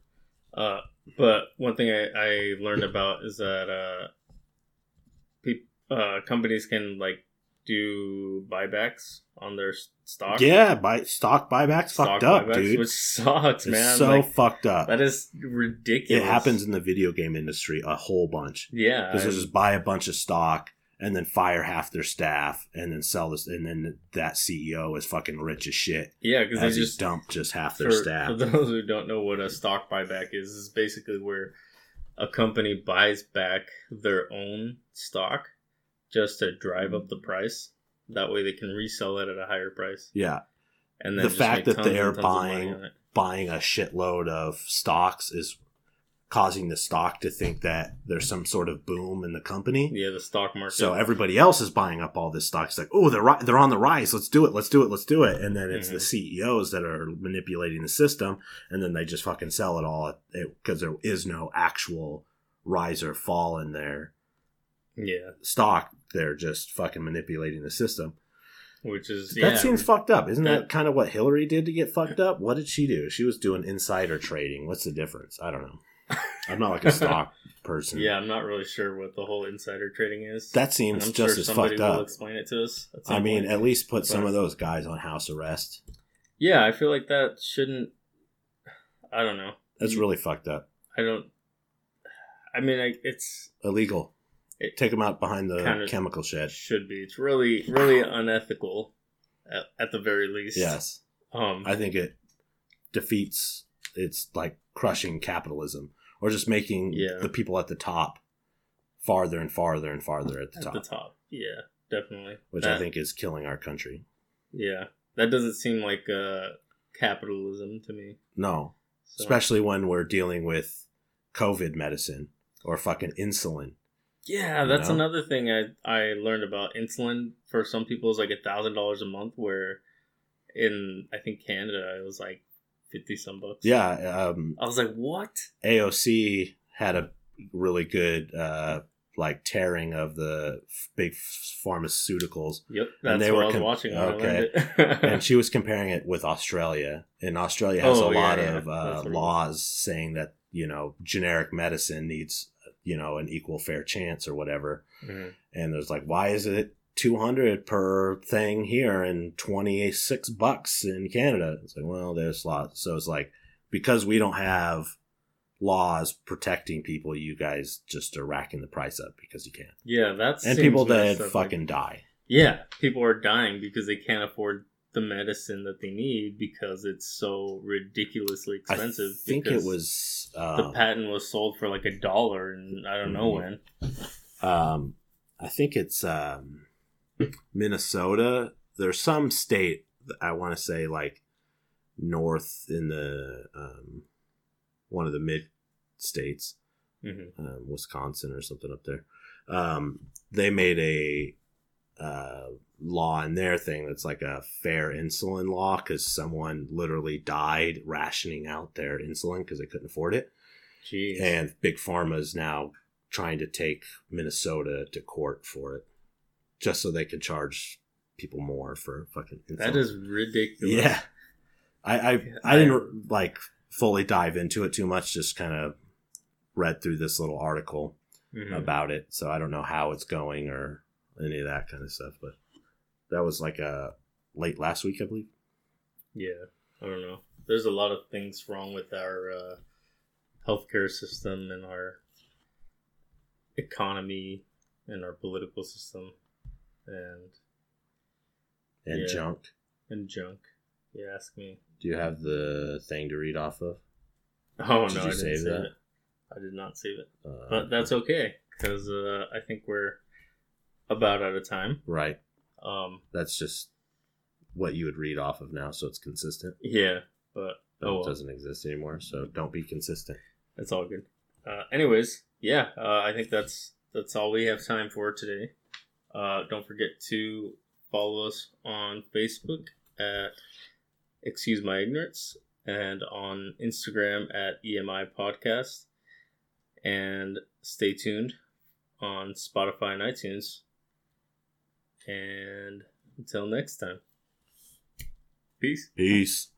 Speaker 2: Uh, but one thing I, I learned about is that uh, peop uh, companies can like do buybacks on their s- stock.
Speaker 1: Yeah, buy stock buybacks
Speaker 2: stock
Speaker 1: fucked up,
Speaker 2: buybacks,
Speaker 1: dude.
Speaker 2: Which (laughs) sucks,
Speaker 1: it's
Speaker 2: man.
Speaker 1: so
Speaker 2: Like,
Speaker 1: fucked up.
Speaker 2: that is
Speaker 1: it
Speaker 2: ridiculous.
Speaker 1: happens in the video game industry a whole bunch.
Speaker 2: Yeah.
Speaker 1: because
Speaker 2: I-
Speaker 1: they'll just buy a bunch of stock and then fire half their staff and then sell this and then that CEO is fucking rich as shit
Speaker 2: yeah, because they
Speaker 1: as
Speaker 2: just
Speaker 1: he dumped just half their
Speaker 2: for,
Speaker 1: staff.
Speaker 2: for those who don't know what a stock buyback is, is basically where a company buys back their own stock just to drive up
Speaker 1: Mm-hmm.
Speaker 2: the price. That way, they can resell it at a higher price.
Speaker 1: yeah,
Speaker 2: and
Speaker 1: The
Speaker 2: just
Speaker 1: fact that
Speaker 2: make tons and
Speaker 1: they're
Speaker 2: tons of money
Speaker 1: buying-
Speaker 2: on it.
Speaker 1: buying a shitload of stocks is causing the stock to think that there's some sort of boom in the company.
Speaker 2: yeah the stock market
Speaker 1: So everybody else is buying up all this stock. It's like, oh, they're ri- they're on the rise. Let's do it. Let's do it. Let's do it. And then it's the
Speaker 2: Mhm.
Speaker 1: CEOs that are manipulating the system, and then they just fucking sell it all because there is no actual rise or fall in their
Speaker 2: yeah
Speaker 1: stock. They're just fucking manipulating the system.
Speaker 2: which is yeah,
Speaker 1: that seems fucked up, isn't that,
Speaker 2: That-
Speaker 1: kind of what Hillary did to get fucked up? What did she do? She was doing insider trading. What's the difference? I don't know. I'm not
Speaker 2: (laughs)
Speaker 1: like a stock person.
Speaker 2: Yeah, I'm not really sure what the whole insider trading is.
Speaker 1: That seems
Speaker 2: And I'm
Speaker 1: just
Speaker 2: sure
Speaker 1: as
Speaker 2: somebody
Speaker 1: fucked
Speaker 2: will
Speaker 1: up.
Speaker 2: explain it to us. at some
Speaker 1: I mean,
Speaker 2: point.
Speaker 1: at least put some
Speaker 2: But-
Speaker 1: of those guys on house arrest.
Speaker 2: yeah, I feel like that shouldn't. I don't know.
Speaker 1: That's really fucked up.
Speaker 2: I don't. I mean, I, it's
Speaker 1: Illegal.
Speaker 2: It-
Speaker 1: Take them out behind the
Speaker 2: Kinda-
Speaker 1: chemical shed.
Speaker 2: it should be. It's really, really unethical, at, at the very least.
Speaker 1: Yes.
Speaker 2: Um.
Speaker 1: I think it defeats it's like crushing capitalism or just making
Speaker 2: Yeah.
Speaker 1: the people at the top farther and farther and farther at the
Speaker 2: at
Speaker 1: top,
Speaker 2: the top. Yeah, definitely.
Speaker 1: which I
Speaker 2: That-
Speaker 1: think is killing our country.
Speaker 2: Yeah, that doesn't seem like uh, capitalism to me.
Speaker 1: No,
Speaker 2: So,
Speaker 1: especially when we're dealing with COVID medicine or fucking insulin.
Speaker 2: yeah,
Speaker 1: you
Speaker 2: that's
Speaker 1: know?
Speaker 2: another thing I I learned about insulin. For some people, is like a thousand dollars a month. Where in I think Canada, it was like fifty some bucks.
Speaker 1: Yeah, um,
Speaker 2: I was like, what?
Speaker 1: AOC had a really good uh, like tearing of the f- big f-
Speaker 2: (laughs)
Speaker 1: pharmaceuticals
Speaker 2: Yep,
Speaker 1: And
Speaker 2: that's
Speaker 1: they
Speaker 2: what
Speaker 1: were
Speaker 2: I was
Speaker 1: com-
Speaker 2: watching. When I learned (laughs)
Speaker 1: and
Speaker 2: it.
Speaker 1: she was comparing it with Australia, and Australia has
Speaker 2: Oh,
Speaker 1: a
Speaker 2: yeah,
Speaker 1: lot
Speaker 2: yeah.
Speaker 1: of uh,
Speaker 2: That's what it
Speaker 1: laws saying that you know generic medicine needs you know an equal fair chance or whatever.
Speaker 2: Mhm.
Speaker 1: And there's like, why is it two hundred per thing here and twenty six bucks in Canada? It's like, well, there's laws. So it's like because we don't have laws protecting people, you guys just are racking the price up because you can,
Speaker 2: yeah, that's
Speaker 1: and people that fucking die.
Speaker 2: yeah, people are dying because they can't afford the medicine that they need because it's so ridiculously expensive.
Speaker 1: I think it
Speaker 2: because-
Speaker 1: was
Speaker 2: the
Speaker 1: uh,
Speaker 2: patent was sold for like a dollar and I don't know
Speaker 1: Mhm.
Speaker 2: when.
Speaker 1: um, I think it's um, Minnesota. There's some state that I want to say like north in the um, one of the mid states,
Speaker 2: Mhm.
Speaker 1: um, Wisconsin or something up there. Um, they made a uh, law in their thing that's like a fair insulin law because someone literally died rationing out their insulin because they couldn't afford it
Speaker 2: Jeez.
Speaker 1: and big pharma is now trying to take minnesota to court for it just so they can charge people more for fucking
Speaker 2: that
Speaker 1: insulin.
Speaker 2: is ridiculous.
Speaker 1: yeah I, I i didn't like fully dive into it too much just kind of read through this little article
Speaker 2: Mhm.
Speaker 1: about it so i don't know how it's going or any of that kind of stuff but that was like uh late last week i believe
Speaker 2: Yeah. I don't know. There's a lot of things wrong with our uh, healthcare system and our economy and our political system and
Speaker 1: and
Speaker 2: Yeah.
Speaker 1: junk
Speaker 2: and junk. You ask me.
Speaker 1: do you have the thing to read off of
Speaker 2: (laughs) Oh
Speaker 1: Did
Speaker 2: no,
Speaker 1: you
Speaker 2: I didn't
Speaker 1: save
Speaker 2: save
Speaker 1: that?
Speaker 2: it. I did not save it,
Speaker 1: uh,
Speaker 2: but that's okay because uh, I think we're about out of time.
Speaker 1: right
Speaker 2: Um,
Speaker 1: that's just what you would read off of now, so it's consistent.
Speaker 2: yeah, but
Speaker 1: But
Speaker 2: Oh, well.
Speaker 1: it doesn't exist anymore, so don't be consistent.
Speaker 2: That's all good. Uh, anyways, yeah, uh, I think that's that's all we have time for today. Uh, don't forget to follow us on Facebook at Excuse My Ignorance and on Instagram at EMI Podcast. And stay tuned on Spotify and iTunes. And until next time, peace.
Speaker 1: Peace.